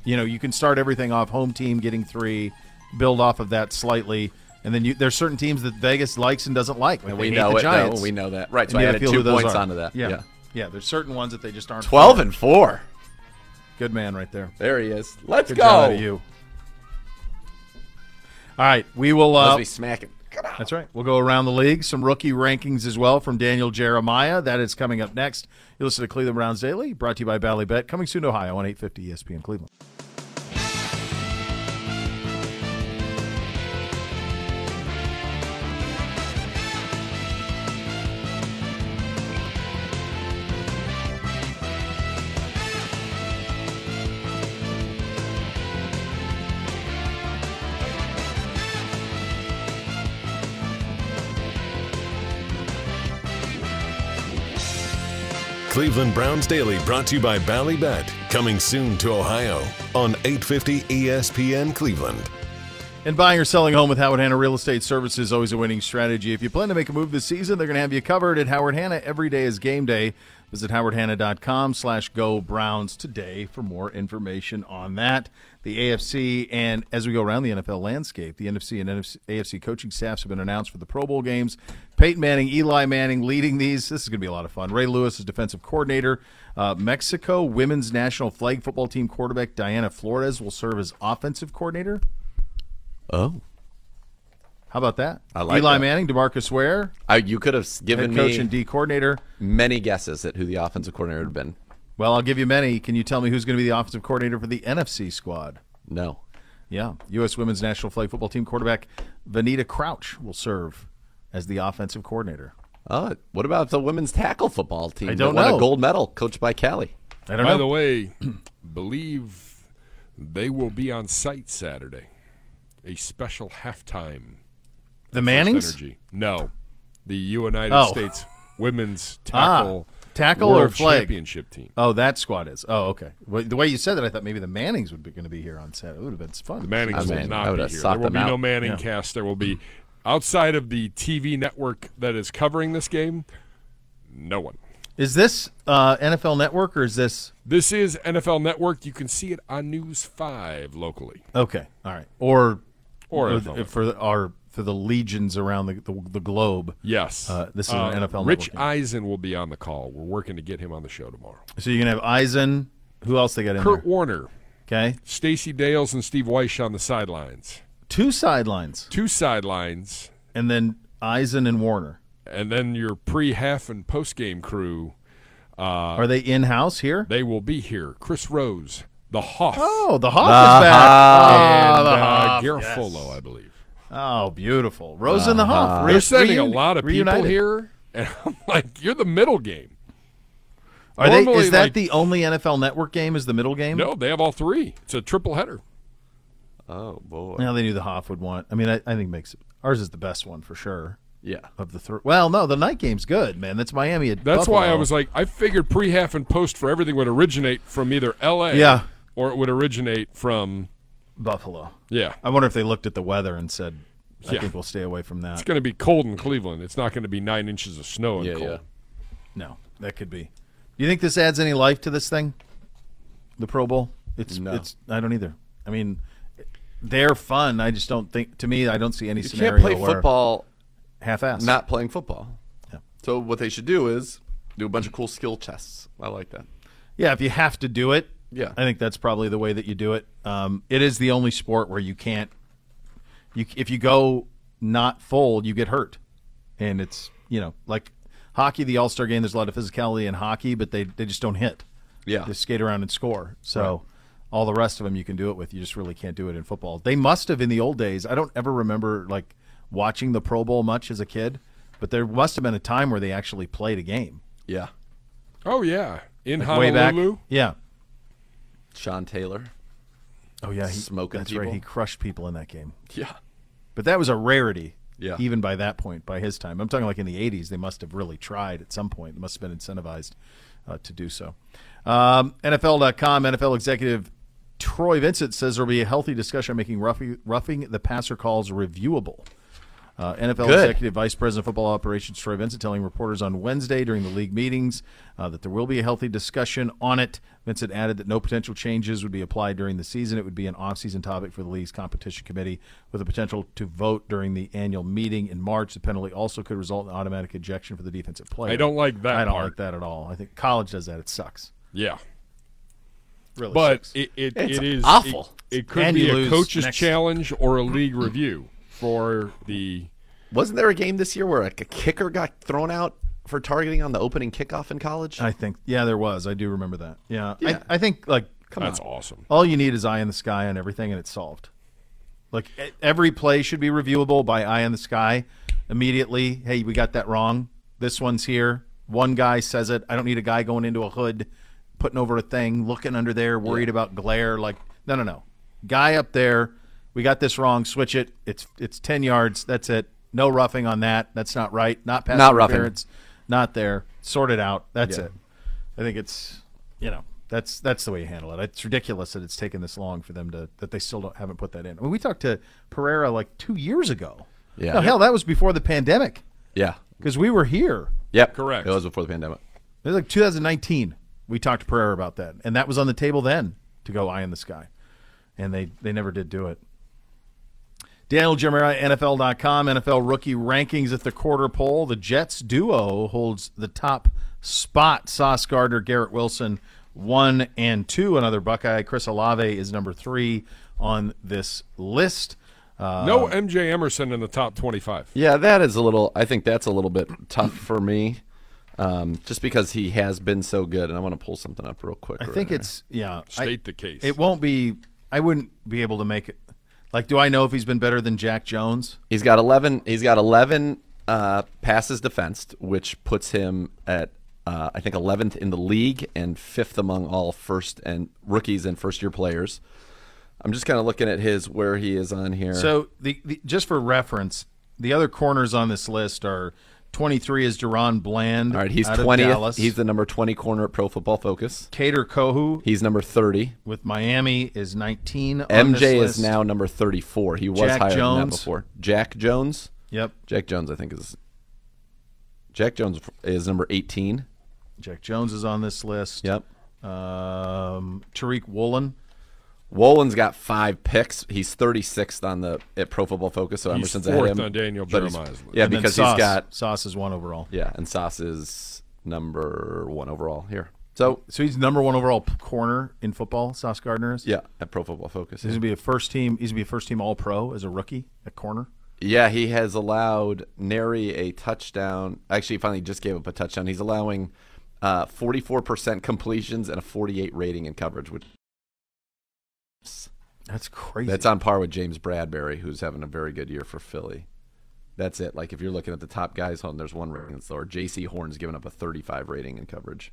You know, you can start everything off home team getting three, build off of that slightly, and then you, there's certain teams that Vegas likes and doesn't like. Like
And
they
we
hate
know
the
it, though.
Giants.
We know that. Right,
And
so I
you gotta
added
feel
two
who those
points
are.
onto that.
Yeah.
Yeah.
Yeah, there's certain ones that they just aren't.
12 and 4.
Good man, right there.
There he is. Let's
Good
go.
job out of you. All right, we will. Uh,
Must be smacking.
That's right. We'll go around the league. Some rookie rankings as well from Daniel Jeremiah. That is coming up next. You listen to Cleveland Browns Daily, brought to you by Ballybet. Coming soon to Ohio on E 850 ESPN Cleveland.
Cleveland Browns Daily brought to you by Ballybet. Coming soon to Ohio on E 850 ESPN Cleveland.
And buying or selling a home with Howard Hanna Real Estate Services is always a winning strategy. If you plan to make a move this season, they're going to have you covered at Howard Hanna. Every day is game day. Visit howardhanna.com slash go Browns today for more information on that. The AFC and as we go around the NFL landscape, the NFC and NFC, AFC coaching staffs have been announced for the Pro Bowl games. Peyton Manning, Eli Manning leading these. This is going to be a lot of fun. Ray Lewis is defensive coordinator. Uh, Mexico women's national flag football team quarterback Diana Flores will serve as offensive coordinator.
Oh.
How about that?
I like
Eli
that.
Manning, DeMarcus Ware,
I, you could have s- given
head coach
me
and D coordinator.
many guesses at who the offensive coordinator would have been.
Well, I'll give you many. Can you tell me who's going to be the offensive coordinator for the NFC squad?
No.
Yeah, U.S. Women's National Flag Football Team quarterback Vanita Crouch will serve as the offensive coordinator.
Oh, what about the women's tackle football team?
I don't
that won
know.
a gold medal coached by Callie.
I don't
By the
know.
way, believe they will be on site Saturday. A special halftime.
The Mannings?
Energy. No, the United
Oh.
States women's
Ah,
tackle
tackle
world
or flag?
championship team.
Oh, that squad is. Oh, okay. Well, the way you said that, I thought maybe the Mannings would be going to be here on Saturday. It would have been fun.
The Mannings
I
will
mean, I
not
would
be
have
here.
sought
There will
them
be no
out.
Manning cast. There will be outside of the TV network that is covering this game. No one.
Is this uh, NFL Network or is this
This is NFL Network. You can see it on News Five locally.
okay? All right, or
Or
or
NFL
th- for our for the legions around the the, the globe.
Yes,
Uh, this is an NFL
Rich
Network game.
Eisen will be on the call. We're working to get him on the show tomorrow.
So you're gonna have Eisen. Who else they got in
Kurt
there?
Warner,
Okay,
Stacy Dales, and Steve Weish on the sidelines.
two sidelines,
Two sidelines,
and then Eisen and Warner.
and then your pre-half and post-game crew.
Are they in house here?
Uh, They will be here. Chris Rose, the Hoff,
Oh, the Hoff is back.
and
Oh, the
uh,
Hoff.
Garofolo, I believe.
Oh, beautiful. Rose and the Hoff. Re-
They're sending a
reuni-
lot of
reunited.
people here, and I'm like, you're the middle game.
Are they,
Normally,
is that
like-
the only NFL Network game? Is the middle game?
No, they have all three. It's a triple header.
Oh boy.
Now they knew the Hoff would want. I mean, I, I think makes it, ours is the best one for sure
Yeah.
of the three. Well, no, the night game's good, man. That's Miami. At
That's why I
Buffalo.
was like, I figured pre half and post for everything would originate from either L.A.
Yeah.
or it would originate from
Buffalo.
yeah.
I wonder if they looked at the weather and said, "I
Yeah.
think we'll stay away from that."
It's going to be cold in Cleveland. It's not going to be nine inches of snow in
Yeah, yeah.
cold.
No, that could be. Do you think this adds any life to this thing? The Pro Bowl? It's
No.
it's I don't either. I mean, they're fun. I just don't think to me I don't see any
You
scenario
can't play
where
football
half-assed.
not playing football.
Yeah.
So what they should do is do a bunch of cool skill tests. I like that.
yeah, if you have to do it,
Yeah.
I think that's probably the way that you do it. Um, it is the only sport where you can't. You if you go not full, you get hurt, and it's you know like hockey, the All Star game. There's a lot of physicality in hockey, but they they just don't hit.
Yeah.
Just skate around and score. So all the rest of them you can do it with. You just really can't do it in football. They must have in the old days. I don't ever remember like watching the Pro Bowl much as a kid, but there must have been a time where they actually played a game
Yeah.
Oh yeah, in
way back.
Honolulu.
Yeah.
Sean Taylor.
Oh yeah, he,
Smoking
That's right.
people.
He crushed people in that game,
Yeah.
but that was a rarity.
Yeah.
Even by that point, by his time, I'm talking like in the 80s, they must have really tried at some point. They must have been incentivized uh, to do so. Um, NFL.com, NFL executive Troy Vincent says there will be a healthy discussion on making roughing, roughing the passer calls reviewable. Uh, NFL
Good.
Executive Vice President of Football Operations Troy Vincent telling reporters on Wednesday during the league meetings uh, that there will be a healthy discussion on it. Vincent added that no potential changes would be applied during the season. It would be an off-season topic for the league's competition committee with the potential to vote during the annual meeting in March. The penalty also could result in automatic ejection for the defensive player.
I don't like that
I don't
part.
like that at all. I think college does that. It sucks.
Yeah.
Really
But
sucks.
it, it,
It's
it is
awful.
It, it could
And
be
you
a
lose
coach's
next-
challenge or a league review for the.
Wasn't there a game this year where like, a kicker got thrown out for targeting on the opening kickoff in college?
I think yeah, there was. I do remember that. Yeah,
Yeah.
I, I think like
that's awesome.
all you need is eye in the sky on everything, and it's solved. Like e- every play should be reviewable by eye in the sky immediately. Hey, we got that wrong. This one's here. One guy says it. I don't need a guy going into a hood, putting over a thing, looking under there, worried about glare. Like no, no, no. Guy up there, we got this wrong. Switch it. It's it's ten yards. That's it. No roughing on that. That's not right. Not pass
Not roughing.
interference. Not there. Sort it out. That's it. I think it's you know that's that's the way you handle it. It's ridiculous that it's taken this long for them to that they still don't haven't put that in. I mean, we talked to Pereira like two years ago.
Yeah.
No, hell, that was before the pandemic
yeah.
because we were here.
Yep.
Correct.
It was before the pandemic.
It was like 2019. We talked to Pereira about that, and that was on the table then to go eye in the sky, and they they never did do it. Daniel Jeremiah, NFL.com, NFL rookie rankings at the quarter poll. The Jets duo holds the top spot. Sauce Gardner, Garrett Wilson, one and two. Another Buckeye. Chris Olave is number three on this list. Uh,
No MJ Emerson in the top 25.
Yeah, that is a little. I think that's a little bit tough for me, um, just because he has been so good. And I want to pull something up real quick.
I think it's yeah. I-
State the case.
It won't be. I wouldn't be able to make it. Like, do I know if he's been better than Jack Jones?
he's got eleven. He's got eleven uh, passes defensed, which puts him at uh, I think eleventh in the league and fifth among all first and rookies and first year players. I'm just kind of looking at his where he is on here.
So the, the just for reference, the other corners on this list are 23 is Duron Bland.
all right, he's
out of
twentieth.
Dallas.
He's the number twenty corner at Pro Football Focus.
Cater Kohu
He's number thirty.
with Miami is 19. on this
MJ is
list.
now number 34. He was
Jack
higher than that
Jones.
before. Jack Jones.
Yep,
Jack Jones, I think is. Jack Jones is number 18.
Jack Jones is on this list.
Yep.
Um, Tariq Woolen.
Wolin's got five picks. He's 36th on the at Pro Football Focus. So
He's
Emerson's ahead of
fourth
him.
on Daniel
but he's-
Jeremiah's list.
Yeah,
and then
because
Sauce.
he's got
Sauce is one overall.
yeah, and Sauce is number one overall here. So
So he's number one overall p- corner in football. Sauce Gardner is.
yeah, at Pro Football Focus.
He's gonna be a first team. He's gonna be a first team All Pro as a rookie at corner.
Yeah, he has allowed nary a touchdown. Actually, he finally just gave up a touchdown. He's allowing uh, 44% completions and a 48 rating in coverage, which
That's crazy.
that's on par with James Bradbury, who's having a very good year for Philly. That's it. Like if you're looking at the top guys, hold on, there's one rating that's lower. J.C. Horn's giving up a 35 rating in coverage.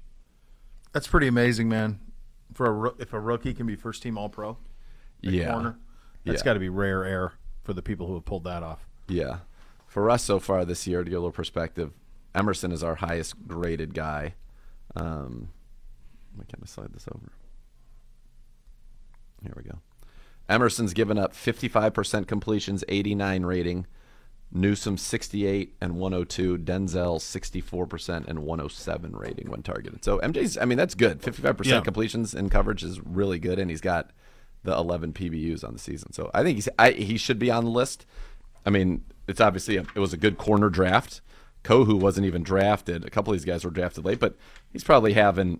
That's pretty amazing, man. For a roo- if a rookie can be first team All Pro, at
Yeah.
corner, that's
Yeah.
got to be rare air for the people who have pulled that off.
Yeah. For us so far this year, to give a little perspective, Emerson is our highest graded guy. Um, let me kind of slide this over. Here we go. Emerson's given up 55% completions, 89 rating. Newsom 68 and 102. Denzel 64% and 107 rating when targeted. So MJ's, I mean, that's good. 55%
Yeah.
completions and coverage is really good, and he's got the 11 PBUs on the season. So I think he's, I, he should be on the list. I mean, it's obviously a, it was a good corner draft. Kohu wasn't even drafted. A couple of these guys were drafted late, but he's probably having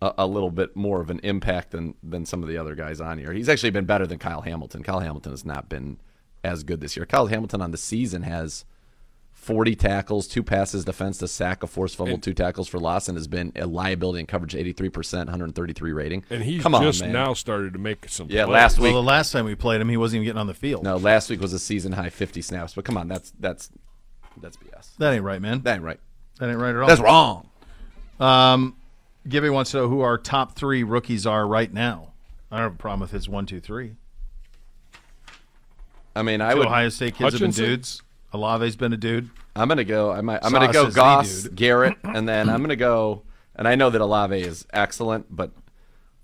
a, a little bit more of an impact than than some of the other guys on here. He's actually been better than Kyle Hamilton. Kyle Hamilton has not been as good this year. Kyle Hamilton on the season has 40 tackles, two passes, defense, a sack, a forced fumble, two tackles for loss, and has been a liability in coverage 83%, 133 rating.
And he's
Come on,
just
man.
now started to make some
Yeah,
plays.
last week.
Well, the last time we played him, he wasn't even getting on the field.
No, last week was a season high 50 snaps. But come on, that's that's that's BS.
that ain't right, man.
That ain't right.
That ain't right at all. Um,
That's wrong.
Gibby wants to know who our top three rookies are right now. I don't have a problem with his one, two, three.
I mean, I
Two
would.
Ohio State kids have
Hutchinson?
been dudes. Alave's been a dude.
I'm gonna go. I might. I'm gonna
Sauce
go
is the
Goss,
dude.
Garrett, and then I'm gonna go. And I know that Alave is excellent, but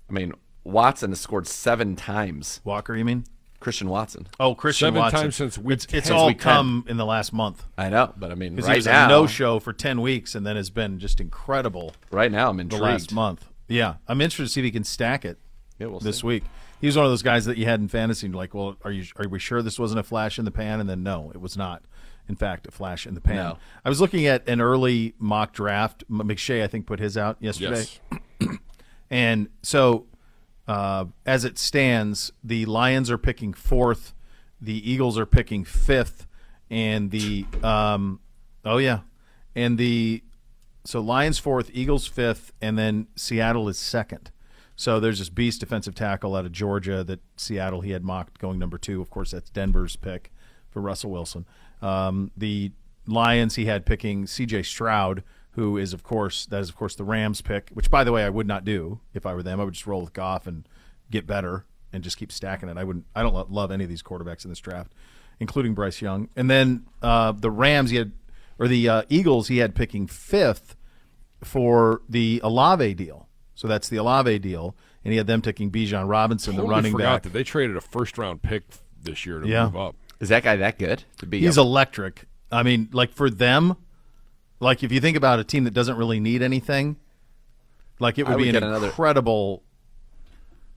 I mean Watson has scored seven times.
Walker, you mean?
Christian Watson.
Oh, Christian
Seven
Watson.
times since week
it's, it's
10.
all
Since week
come in the last month
I know, but I mean
because
right
he was
now,
a no show for ten weeks and then has been just incredible
Right now, I'm
the
intrigued.
last month. Yeah, I'm interested to see if he can stack it
Yeah, we'll
this
see.
week. He was one of those guys that you had in fantasy. and you're Like, well, are you are we sure this wasn't a flash in the pan? And then no, it was not. In fact, a flash in the pan.
No.
I was looking at an early mock draft. M- McShay, I think, put his out yesterday.
Yes.
And so, uh, as it stands, the Lions are picking fourth, the Eagles are picking fifth, and the um, oh yeah, and the so Lions fourth, Eagles fifth, and then Seattle is second. So there's this beast defensive tackle out of Georgia that Seattle he had mocked going number two. Of course, that's Denver's pick for Russell Wilson. Um, the Lions he had picking C.J. Stroud, who is of course that is of course the Rams pick. Which by the way, I would not do if I were them. I would just roll with Goff and get better and just keep stacking it. I wouldn't. I don't lo- love any of these quarterbacks in this draft, including Bryce Young. And then uh, the Rams he had or the uh, Eagles he had picking fifth for the Alave deal. So that's the Alave deal, and he had them taking Bijan Robinson,
Totally
the running
forgot
back.
that they traded a first round pick this year to
Yeah.
move up.
Is that guy that good to be?
He's
a,
electric. I mean, like for them, like if you think about a team that doesn't really need anything, like it
I
would
would
be an
get another-
incredible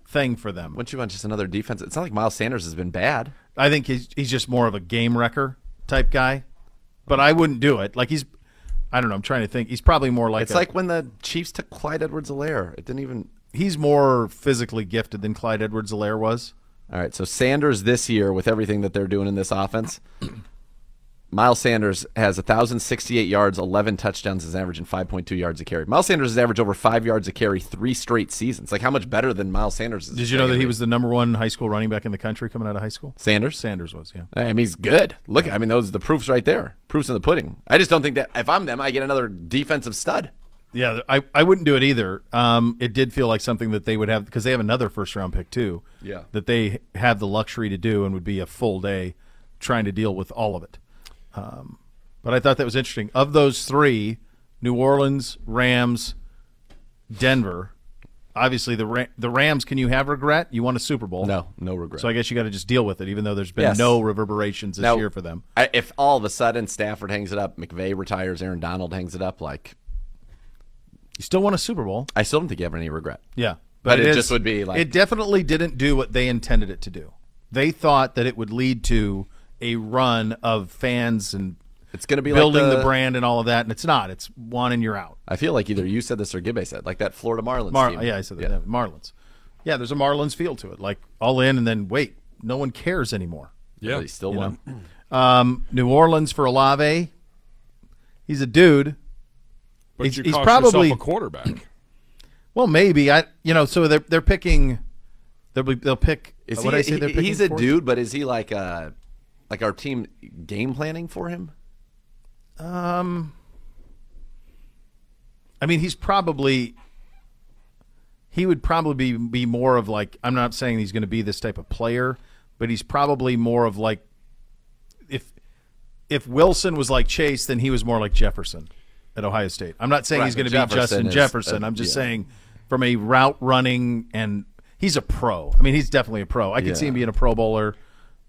thing for them.
once you want just another defense, it's not like Miles Sanders has been bad.
I think he's he's just more of a game wrecker type guy, but I wouldn't do it. Like he's, I don't know. I'm trying to think. He's probably more like
It's
a-
like when the Chiefs took Clyde Edwards-Helaire. It didn't even.
he's more physically gifted than Clyde Edwards-Helaire was.
All right, so Sanders this year with everything that they're doing in this offense. Miles Sanders has 1,068 yards, 11 touchdowns, is averaging 5.2 yards a carry. Miles Sanders has averaged over five yards a carry three straight seasons. Like, how much better than Miles Sanders is?
Did you know that he was the number one high school running back in the country coming out of high school?
Sanders?
Sanders was, yeah.
I mean, he's good. Look, I mean, those the proofs right there. Proofs in the pudding. I just don't think that if I'm them, I get another defensive stud.
Yeah, I, I wouldn't do it either. Um, it did feel like something that they would have because they have another first round pick too.
Yeah.
that they have the luxury to do and would be a full day trying to deal with all of it. Um, but I thought that was interesting. Of those three, New Orleans, Rams, Denver. Obviously, the Ra- the Rams. Can you have regret? You won a Super Bowl.
No, no regret.
So I guess you got to just deal with it, even though there's been
Yes.
no reverberations this
Now,
year for them.
I, if all of a sudden Stafford hangs it up, McVay retires, Aaron Donald hangs it up, like,
You still won a Super Bowl.
I still don't think you have any regret.
Yeah,
But it just would be like-
it definitely didn't do what they intended it to do. They thought that it would lead to a run of fans and
It's going to be
building
like
the, brand and all of that, and it's not. It's one and you're out.
I feel like either you said this or Gibbe said, like that Florida Marlins
Mar-
team.
yeah, I said that. Yeah, Marlins. Yeah, there's a Marlins feel to it, like all in, and then wait, no one cares anymore.
Yeah.
But he still won.
Um, New Orleans for Olave. He's a dude.
But
He's-
you
he's
cost
probably-
yourself a quarterback.
Well, maybe I. You know, so they're they're picking. They'll be, they'll pick.
Is
what
he,
I say? They're
he-
picking
he's a
fourth?
dude, but is he like uh like our team game planning for him?
I mean, he's probably he would probably be more of like I'm not saying he's going to be this type of player, but he's probably more of like if if Wilson was like Chase, then he was more like Jefferson at Ohio State. I'm not saying
Right,
he's going to
but
be
Jefferson
Justin
is-
Jefferson.
uh,
I'm just
yeah.
saying from a route running and he's a pro. I mean, he's definitely a pro. I could see him
Yeah.
being a pro bowler,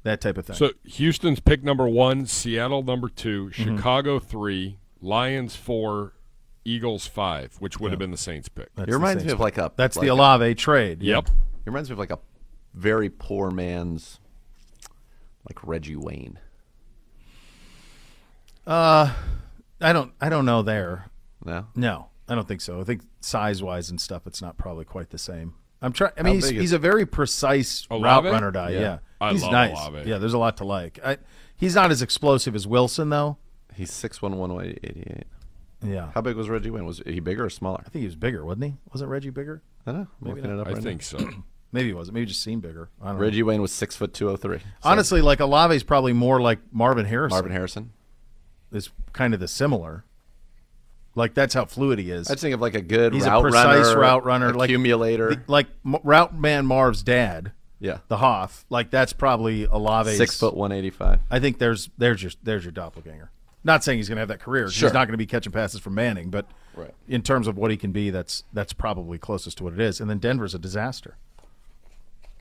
that type of thing.
So Houston's pick number one, Seattle number 2
Mm-hmm.
Chicago three, Lions four, Eagles five, which would have been the Saints pick.
That's
He
the
reminds
Saints
me of
pick.
like a
That's
like
the Alave trade.
Yep.
He reminds me of like a very poor man's like Reggie Wayne.
I don't I don't know there.
No?
No, I don't think so. I think size wise and stuff, it's not probably quite the same. I'm trying. I mean,
How
he's,
big is-
he's a very precise
Olave?
route runner guy. Yeah,
I
he's
love
nice.
Olave.
Yeah, there's a lot to like. I, he's not as explosive as Wilson though.
He's six one one eighty eight.
Yeah,
How big was Reggie Wayne? Was he bigger or smaller?
I think he was bigger, wasn't he? Wasn't Reggie bigger?
I don't know. I'm looking it up
I
right
think so.
Maybe he wasn't. Maybe he just seemed bigger. I don't
now.
know.
Reggie Wayne was six foot two oh three.
Honestly, like Olave's probably more like Marvin Harrison.
Marvin Harrison.
is kind of the similar. Like that's how fluid he is.
I just think of like a good
he's
route
a precise
runner,
route runner, like
accumulator.
the- like M- route man Marv's dad.
Yeah.
the Hoff, like that's probably Alave's
Six foot one eighty five.
I think there's there's your there's your doppelganger. Not saying he's going to have that career. 'cause
Sure.
He's not going to be catching passes from Manning, but
Right.
in terms of what he can be, that's that's probably closest to what it is. And then Denver's a disaster.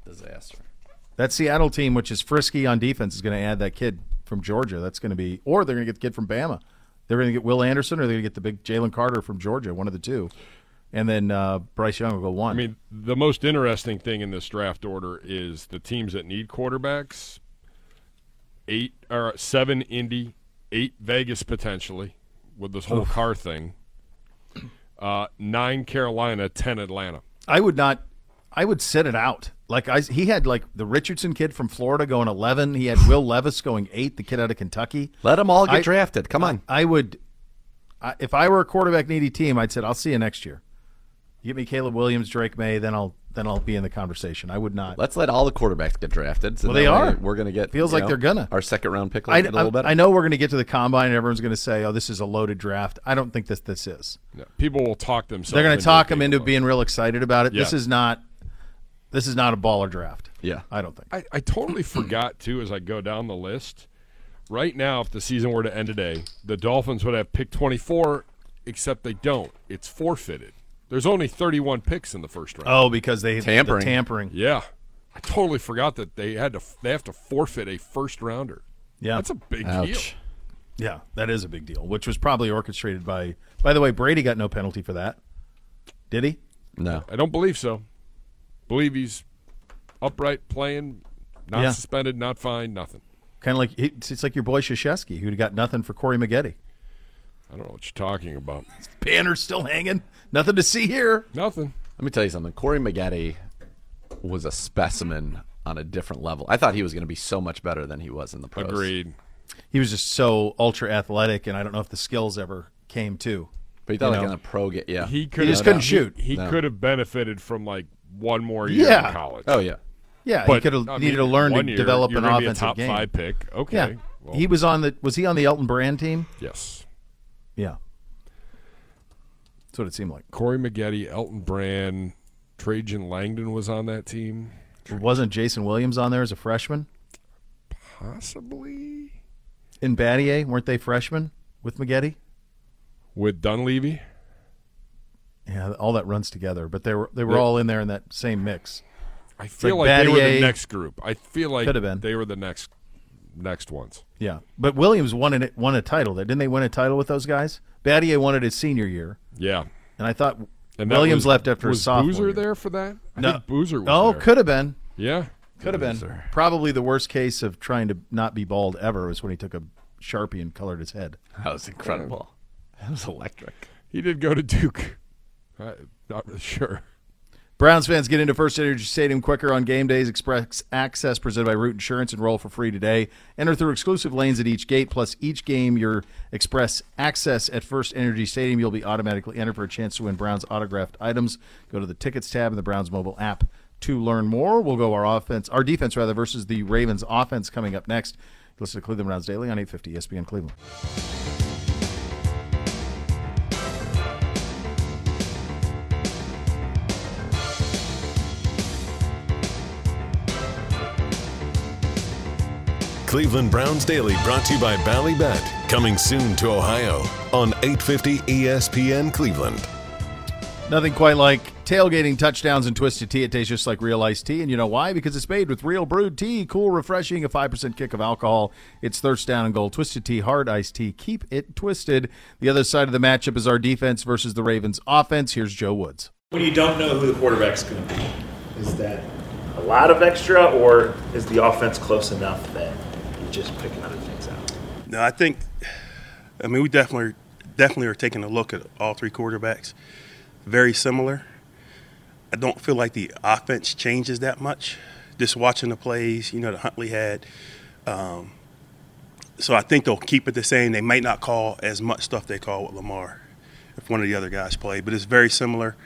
Disaster.
That Seattle team, which is frisky on defense, is going to add that kid from Georgia. That's going to be, or they're going to get the kid from Bama. They're going to get Will Anderson, or they're going to get the big Jalen Carter from Georgia. One of the two, and then uh, Bryce Young will go one.
I mean, the most interesting thing in this draft order is the teams that need quarterbacks. Eight or seven Indy, eight Vegas potentially with this whole car thing. Uh, nine Carolina, ten Atlanta.
I would not. I would sit it out. Like I, he had like the Richardson kid from Florida going eleven. He had Will Levis going eight. The kid out of Kentucky.
Let them all get
I-
drafted. Come on.
I would, I, if I were a quarterback needy team, I'd said, "I'll see you next year. You get me Caleb Williams, Drake May, then I'll then I'll be in the conversation." I would not.
Let's let all the quarterbacks get drafted. So
Well, they
that way
are.
We're going to get
Feels
you
like they're gonna.
our second round pick.
I,
a little better.
I, I know we're going to get to the combine and everyone's going to say, "Oh, this is a loaded draft." I don't think this this is.
People will talk themselves.
They're going to
into
talk
it
them
being
into
low.
being real excited about it. This
Yeah.
is not. This is not a baller draft.
Yeah.
I don't think.
I, I totally forgot too as I go down the list. Right now, if the season were to end today, the Dolphins would have pick 24, except they don't. It's forfeited. There's only 31 picks in the first round.
Oh, because they the
Tampering.
tampering.
Yeah, I totally forgot that they had to. They have to forfeit a first rounder.
Yeah.
that's a big deal.
Ouch.
Yeah, that is a big deal, which was probably orchestrated by. By the way, Brady got no penalty for that, did he?
No.
I don't believe so. Believe he's upright, playing, not
Yeah.
suspended, not fined, nothing.
Kind of like it's, it's like your boy Shashesky, who got nothing for Corey Maggette.
I don't know what you're talking about.
Banner's still hanging. Nothing to see here.
Nothing.
Let me tell you something. Corey Maggette was a specimen on a different level. I thought he was going to be so much better than he was in the pros.
Agreed.
He was just so ultra athletic, and I don't know if the skills ever came to.
But he thought like in the pro game. Yeah.
He could.
just couldn't shoot.
He,
No.
could have benefited from like one more year
Yeah.
in college.
oh yeah.
Yeah, he
But,
could have
I
needed
mean,
to learn to
one year,
develop
you're
an
gonna be
offensive
a top
game.
five pick. Okay.
Yeah,
Well,
he was on the. Was he on the Elton Brand team?
yes.
Yeah, that's what it seemed like.
Corey Maggette, Elton Brand, Trajan Langdon was on that team.
Wasn't Jason Williams on there as a freshman?
Possibly
In Battier, weren't they freshmen with Maggette?
with Dunleavy.
Yeah, all that runs together. But they were they were
They-
all in there in that same mix.
I feel like,
like
they were
Battier.
the next group. I feel like
Could have been.
they were the next next ones.
Yeah, but Williams won it won a title. That didn't they win a title with those guys? Battier won it his senior year,
Yeah.
and I thought
And that
Williams
was-
left after
was
his sophomore.
Boozer
year.
there for that? I
No.
think Boozer was
Oh,
there.
could have been,
Yeah.
could have been. Probably the worst case of trying to not be bald ever was when he took a sharpie and colored his head.
That was incredible. That was electric.
He did go to Duke. I, not really sure.
Browns fans get into First Energy Stadium quicker on game days. Express access presented by Root Insurance. Enroll for free today. Enter through exclusive lanes at each gate. Plus, each game your Express access at First Energy Stadium, you'll be automatically entered for a chance to win Browns autographed items. Go to the tickets tab in the Browns mobile app to learn more. We'll go our offense, our defense rather, versus the Ravens offense coming up next. Listen to Cleveland Browns Daily on E 850 ESPN Cleveland.
Cleveland Browns Daily brought to you by Ballybet, coming soon to Ohio on E 850 ESPN Cleveland.
Nothing quite like tailgating touchdowns and twisted tea. It tastes just like real iced tea. And you know why? Because it's made with real brewed tea. Cool, refreshing, a 5% kick of alcohol. It's thirst down and goal. Twisted tea, hard iced tea. Keep it twisted. The other side of the matchup is our defense versus the Ravens offense. Here's Joe Woods.
When you don't know who the quarterback's going to be,
Is that a lot of extra, or is the offense close enough that you're just picking other things out?
No, I think. I mean, we definitely definitely are taking a look at all three quarterbacks. Very similar. I don't feel like the offense changes that much. Just watching the plays, you know, that Huntley had. Um, so I think they'll keep it the same. They might not call as much stuff they call with Lamar if one of the other guys played, but it's very similar.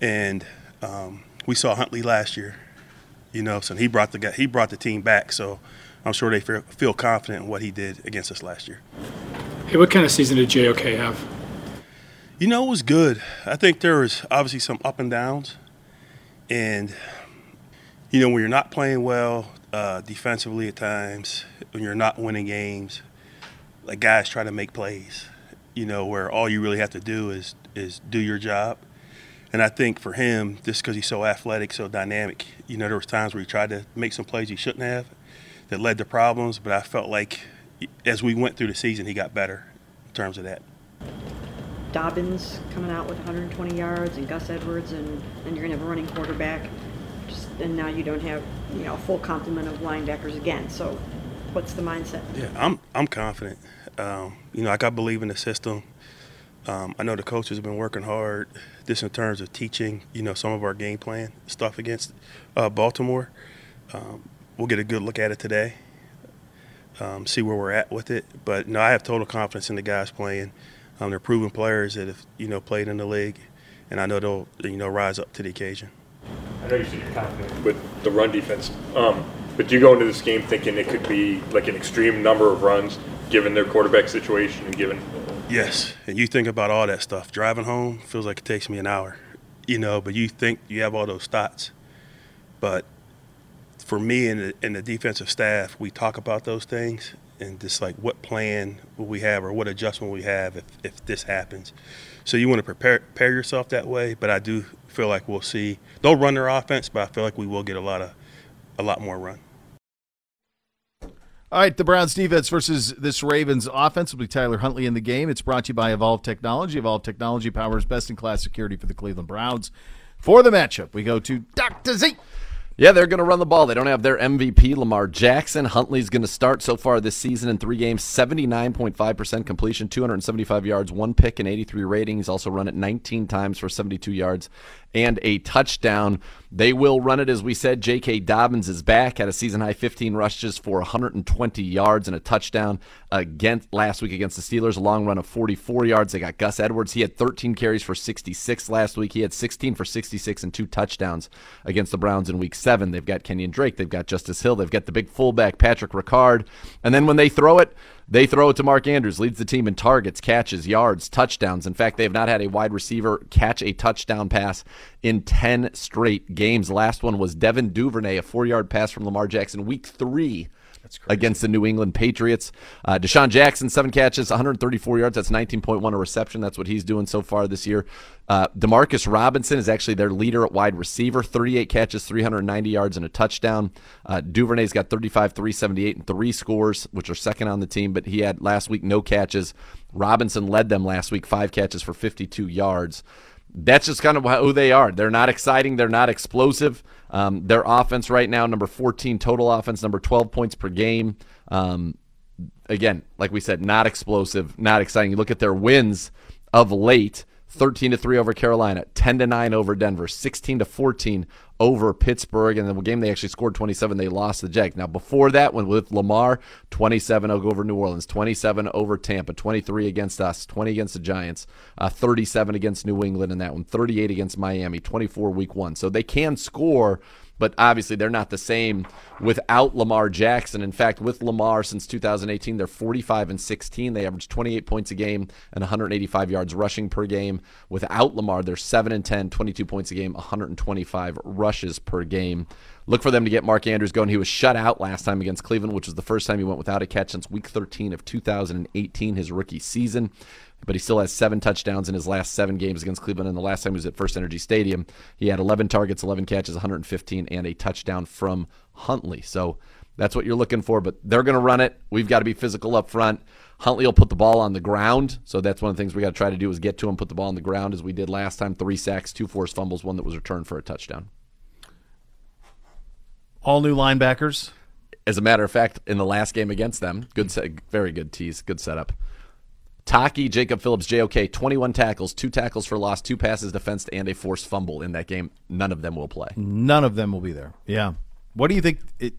And um, we saw Huntley last year, you know, so he brought the guy, he brought the team back. So I'm sure they feel, feel confident in what he did against us last year.
Hey, what kind of season did JOK have?
You know, it was good. I think there was obviously some up and downs, and you know, when you're not playing well uh, defensively at times, when you're not winning games, like guys try to make plays, you know, where all you really have to do is is do your job. And I think for him, just because he's so athletic, so dynamic, you know, there was times where he tried to make some plays he shouldn't have, that led to problems. But I felt like as we went through the season, he got better in terms of that.
Dobbins coming out with 120 yards and Gus Edwards, and then you're going to have a running quarterback. Just, and now you don't have, you know, a full complement of linebackers again. So what's the mindset?
Yeah, I'm I'm confident. Um, you know, like I believe in the system. Um, I know the coaches have been working hard, just in terms of teaching. You know, some of our game plan stuff against uh, Baltimore. Um, we'll get a good look at it today. Um, see where we're at with it, but no, I have total confidence in the guys playing. Um, they're proven players that have you know played in the league, and I know they'll you know rise up to the occasion.
I know you said you're confident with the run defense, um, but do you go into this game thinking it could be like an extreme number of runs, given their quarterback situation and given?
Yes, and you think about all that stuff. Driving home feels like it takes me an hour, you know. But you think you have all those thoughts, but for me and the, and the defensive staff, we talk about those things and just like what plan will we have or what adjustment we have if, if this happens. So you want to prepare prepare yourself that way. But I do feel like we'll see. They'll run their offense, but I feel like we will get a lot of a lot more run.
All right, the Browns defense versus this Ravens offense will be Tyler Huntley in the game. It's brought to you by Evolve Technology. Evolve Technology powers best in class security for the Cleveland Browns. For the matchup, we go to Dr. Z.
Yeah, they're going to run the ball. They don't have their MVP, Lamar Jackson. Huntley's going to start so far this season in three games 79.5% completion, 275 yards, one pick, and 83 ratings. Also run it 19 times for 72 yards and a touchdown. They will run it, as we said. J.K. Dobbins is back, had a season high 15 rushes for 120 yards and a touchdown against last week against the Steelers. A long run of 44 yards. They got Gus Edwards. He had 13 carries for 66 last week. He had 16 for 66 and two touchdowns against the Browns in week seven. They've got Kenyon Drake. They've got Justice Hill. They've got the big fullback, Patrick Ricard. And then when they throw it, they throw it to Mark Andrews, leads the team in targets, catches, yards, touchdowns. In fact, they have not had a wide receiver catch a touchdown pass in 10 straight games. Last one was Devin Duvernay, a four yard pass from Lamar Jackson, week three. Against the New England Patriots. Uh, Deshaun Jackson, seven catches, 134 yards. That's 19.1 a reception. That's what he's doing so far this year. Uh, Demarcus Robinson is actually their leader at wide receiver, 38 catches, 390 yards, and a touchdown. Uh, Duvernay's got 35, 378, and three scores, which are second on the team, but he had last week no catches. Robinson led them last week, five catches for 52 yards that's just kind of who they are. They're not exciting. They're not explosive. Um, their offense right now, number 14 total offense, number 12 points per game. Um, again, like we said, not explosive, not exciting. You look at their wins of late 13 to 3 over Carolina, 10 to 9 over Denver, 16 to 14 over Pittsburgh. And the game they actually scored 27, they lost the Jags. Now, before that one with Lamar, 27 over New Orleans, 27 over Tampa, 23 against us, 20 against the Giants, uh, 37 against New England in that one, 38 against Miami, 24 week one. So they can score, but obviously they're not the same without Lamar Jackson. In fact, with Lamar since 2018, they're 45 and 16. They average 28 points a game and 185 yards rushing per game. Without Lamar, they're 7 and 10, 22 points a game, 125 rushes per game. Look for them to get Mark Andrews going. He was shut out last time against Cleveland, which was the first time he went without a catch since week 13 of 2018, his rookie season but he still has seven touchdowns in his last seven games against Cleveland. And the last time he was at First Energy Stadium, he had 11 targets, 11 catches, 115, and a touchdown from Huntley. So that's what you're looking for. But they're going to run it. We've got to be physical up front. Huntley will put the ball on the ground. So that's one of the things we got to try to do is get to him, put the ball on the ground as we did last time. Three sacks, two forced fumbles, one that was returned for a touchdown.
All new linebackers.
As a matter of fact, in the last game against them, good, set, very good tease, good setup. Taki, Jacob Phillips, JOK, 21 tackles, two tackles for loss, two passes defensed, and a forced fumble in that game. None of them will play.
None of them will be there. Yeah. What do you think? It,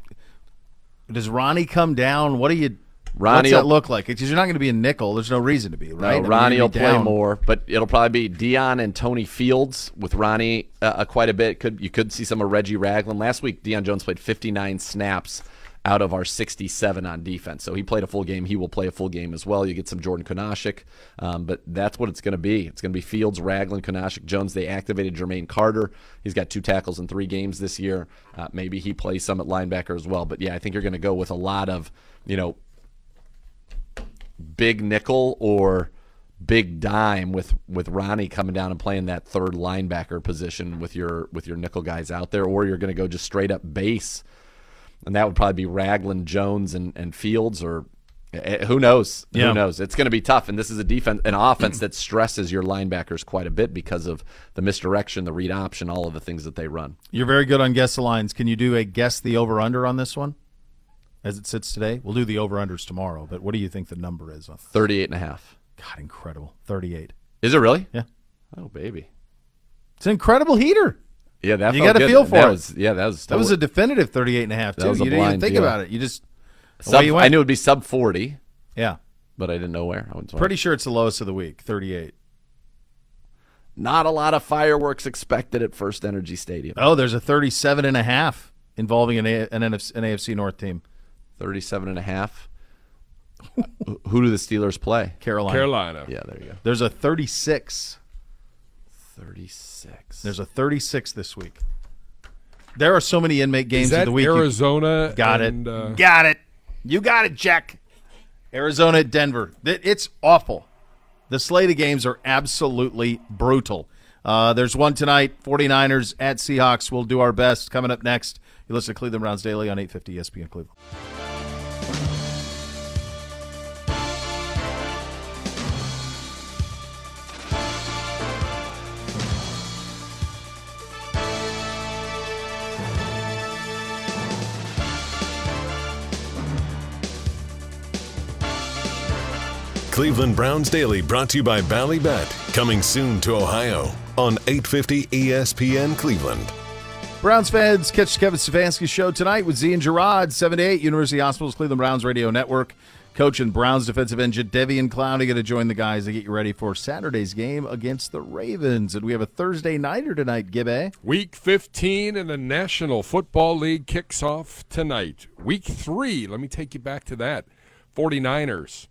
does Ronnie come down? What do you?
Ronnie
what's that
will-
look like? Because you're not going to be a nickel. There's no reason to be.
No,
Right. I mean,
Ronnie
you're
will
gonna be
play
down.
more, but it'll probably be Dion and Tony Fields with Ronnie uh, uh, quite a bit. Could you could see some of Reggie Ragland last week? Dion Jones played 59 snaps out of our 67 on defense. So he played a full game. He will play a full game as well. You get some Jordan Konashik, um, but that's what it's going to be. It's going to be Fields, Ragland, Konashik, Jones. They activated Jermaine Carter. He's got two tackles in three games this year. Uh, maybe he plays some at linebacker as well. But yeah, I think you're going to go with a lot of, you know, big nickel or big dime with with Ronnie coming down and playing that third linebacker position with your with your nickel guys out there, or you're going to go just straight up base, and that would probably be Ragland, Jones, and and Fields, or eh, who knows?
Yeah.
Who knows? It's going to be tough, and this is a defense, an offense that stresses your linebackers quite a bit because of the misdirection, the read option, all of the things that they run.
You're very good on guess the lines. Can you do a guess the over under on this one? As it sits today, we'll do the over unders tomorrow. But what do you think the number is? Oh,
38 and a half.
God, incredible. 38.
Is it really?
Yeah.
Oh baby.
It's an incredible heater.
Yeah, that
you
felt
got to
good.
feel for
That
it.
was- yeah, that was
that was a
totally-
definitive 38 and a half
That
too. You
was a
didn't even
blind,
think
yeah.
about it. You just away
Sub,
you went.
I knew it'd be sub 40.
Yeah.
But I didn't know where. I was
Pretty sure it's the lowest of the week, 38.
Not a lot of fireworks expected at First Energy Stadium.
Oh, there's a 37 and a half involving an, a- an, NFC, an AFC North team.
37 and a half. Who do the Steelers play?
Carolina.
Carolina.
Yeah, there you go.
There's a 36.
36.
There's a 36 this week. There are so many inmate games
Is that
of the week. You-
Arizona
got
and,
it.
uh,
got it. You got it, Jack. Arizona at Denver. Th- It's awful. The slate of games are absolutely brutal. Uh, there's one tonight 49ers at Seahawks. We'll do our best. Coming up next, you listen to Cleveland Browns Daily on E 850 ESPN Cleveland.
Cleveland Browns Daily brought to you by Ballybet, coming soon to Ohio on E 850 ESPN Cleveland.
Browns fans, catch Kevin Stefanski's show tonight with Z and Gerard, 7 to 8, University Hospital's Cleveland Browns Radio Network. Coach and Browns defensive end Jadevian Clowney going to join the guys to get you ready for Saturday's game against the Ravens. And we have a Thursday nighter tonight, eh? Gibbe.
Week 15 in the National Football League kicks off tonight. Week 3, let me take you back to that. 49ers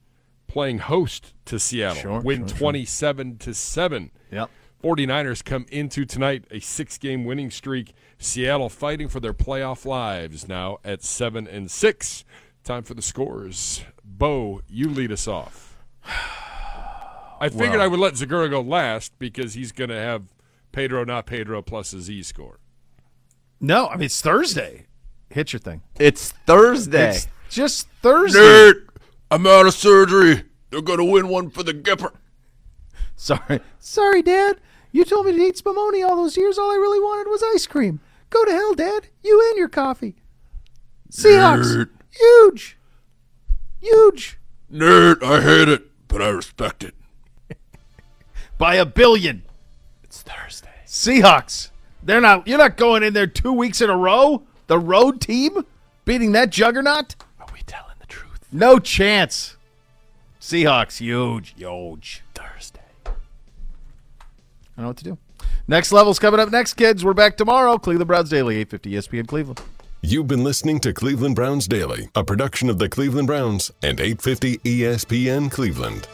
playing host to Seattle.
Sure,
win
sure, sure.
27 to 7.
Yep.
49ers come into tonight a 6-game winning streak. Seattle fighting for their playoff lives now at 7 and 6. Time for the scores. Bo, you lead us off. I figured
Well-
I would let Zagura go last because he's going to have Pedro not Pedro plus a Z score.
No, I mean, it's Thursday. Hit your thing.
It's Thursday.
It's just Thursday.
Nerd, I'm out of surgery. They're gonna win one for the Gipper.
Sorry. Sorry, Dad. You told me to eat spumoni all those years. All I really wanted was ice cream. Go to hell, Dad. You and your coffee. Seahawks. Huge. Huge.
Nerd, I hate it, but I respect it.
By a billion.
It's Thursday.
Seahawks. They're not you're not going in there two weeks in a row. The road team beating that juggernaut? Are
we telling the truth?
No chance. Seahawks, huge, huge.
Thursday.
I know what to do. Next level's coming up next, kids. We're back tomorrow. Cleveland Browns Daily, E 850 ESPN Cleveland.
You've been listening to E Cleveland Browns Daily, a production of the Cleveland Browns and 850 ESPN Cleveland.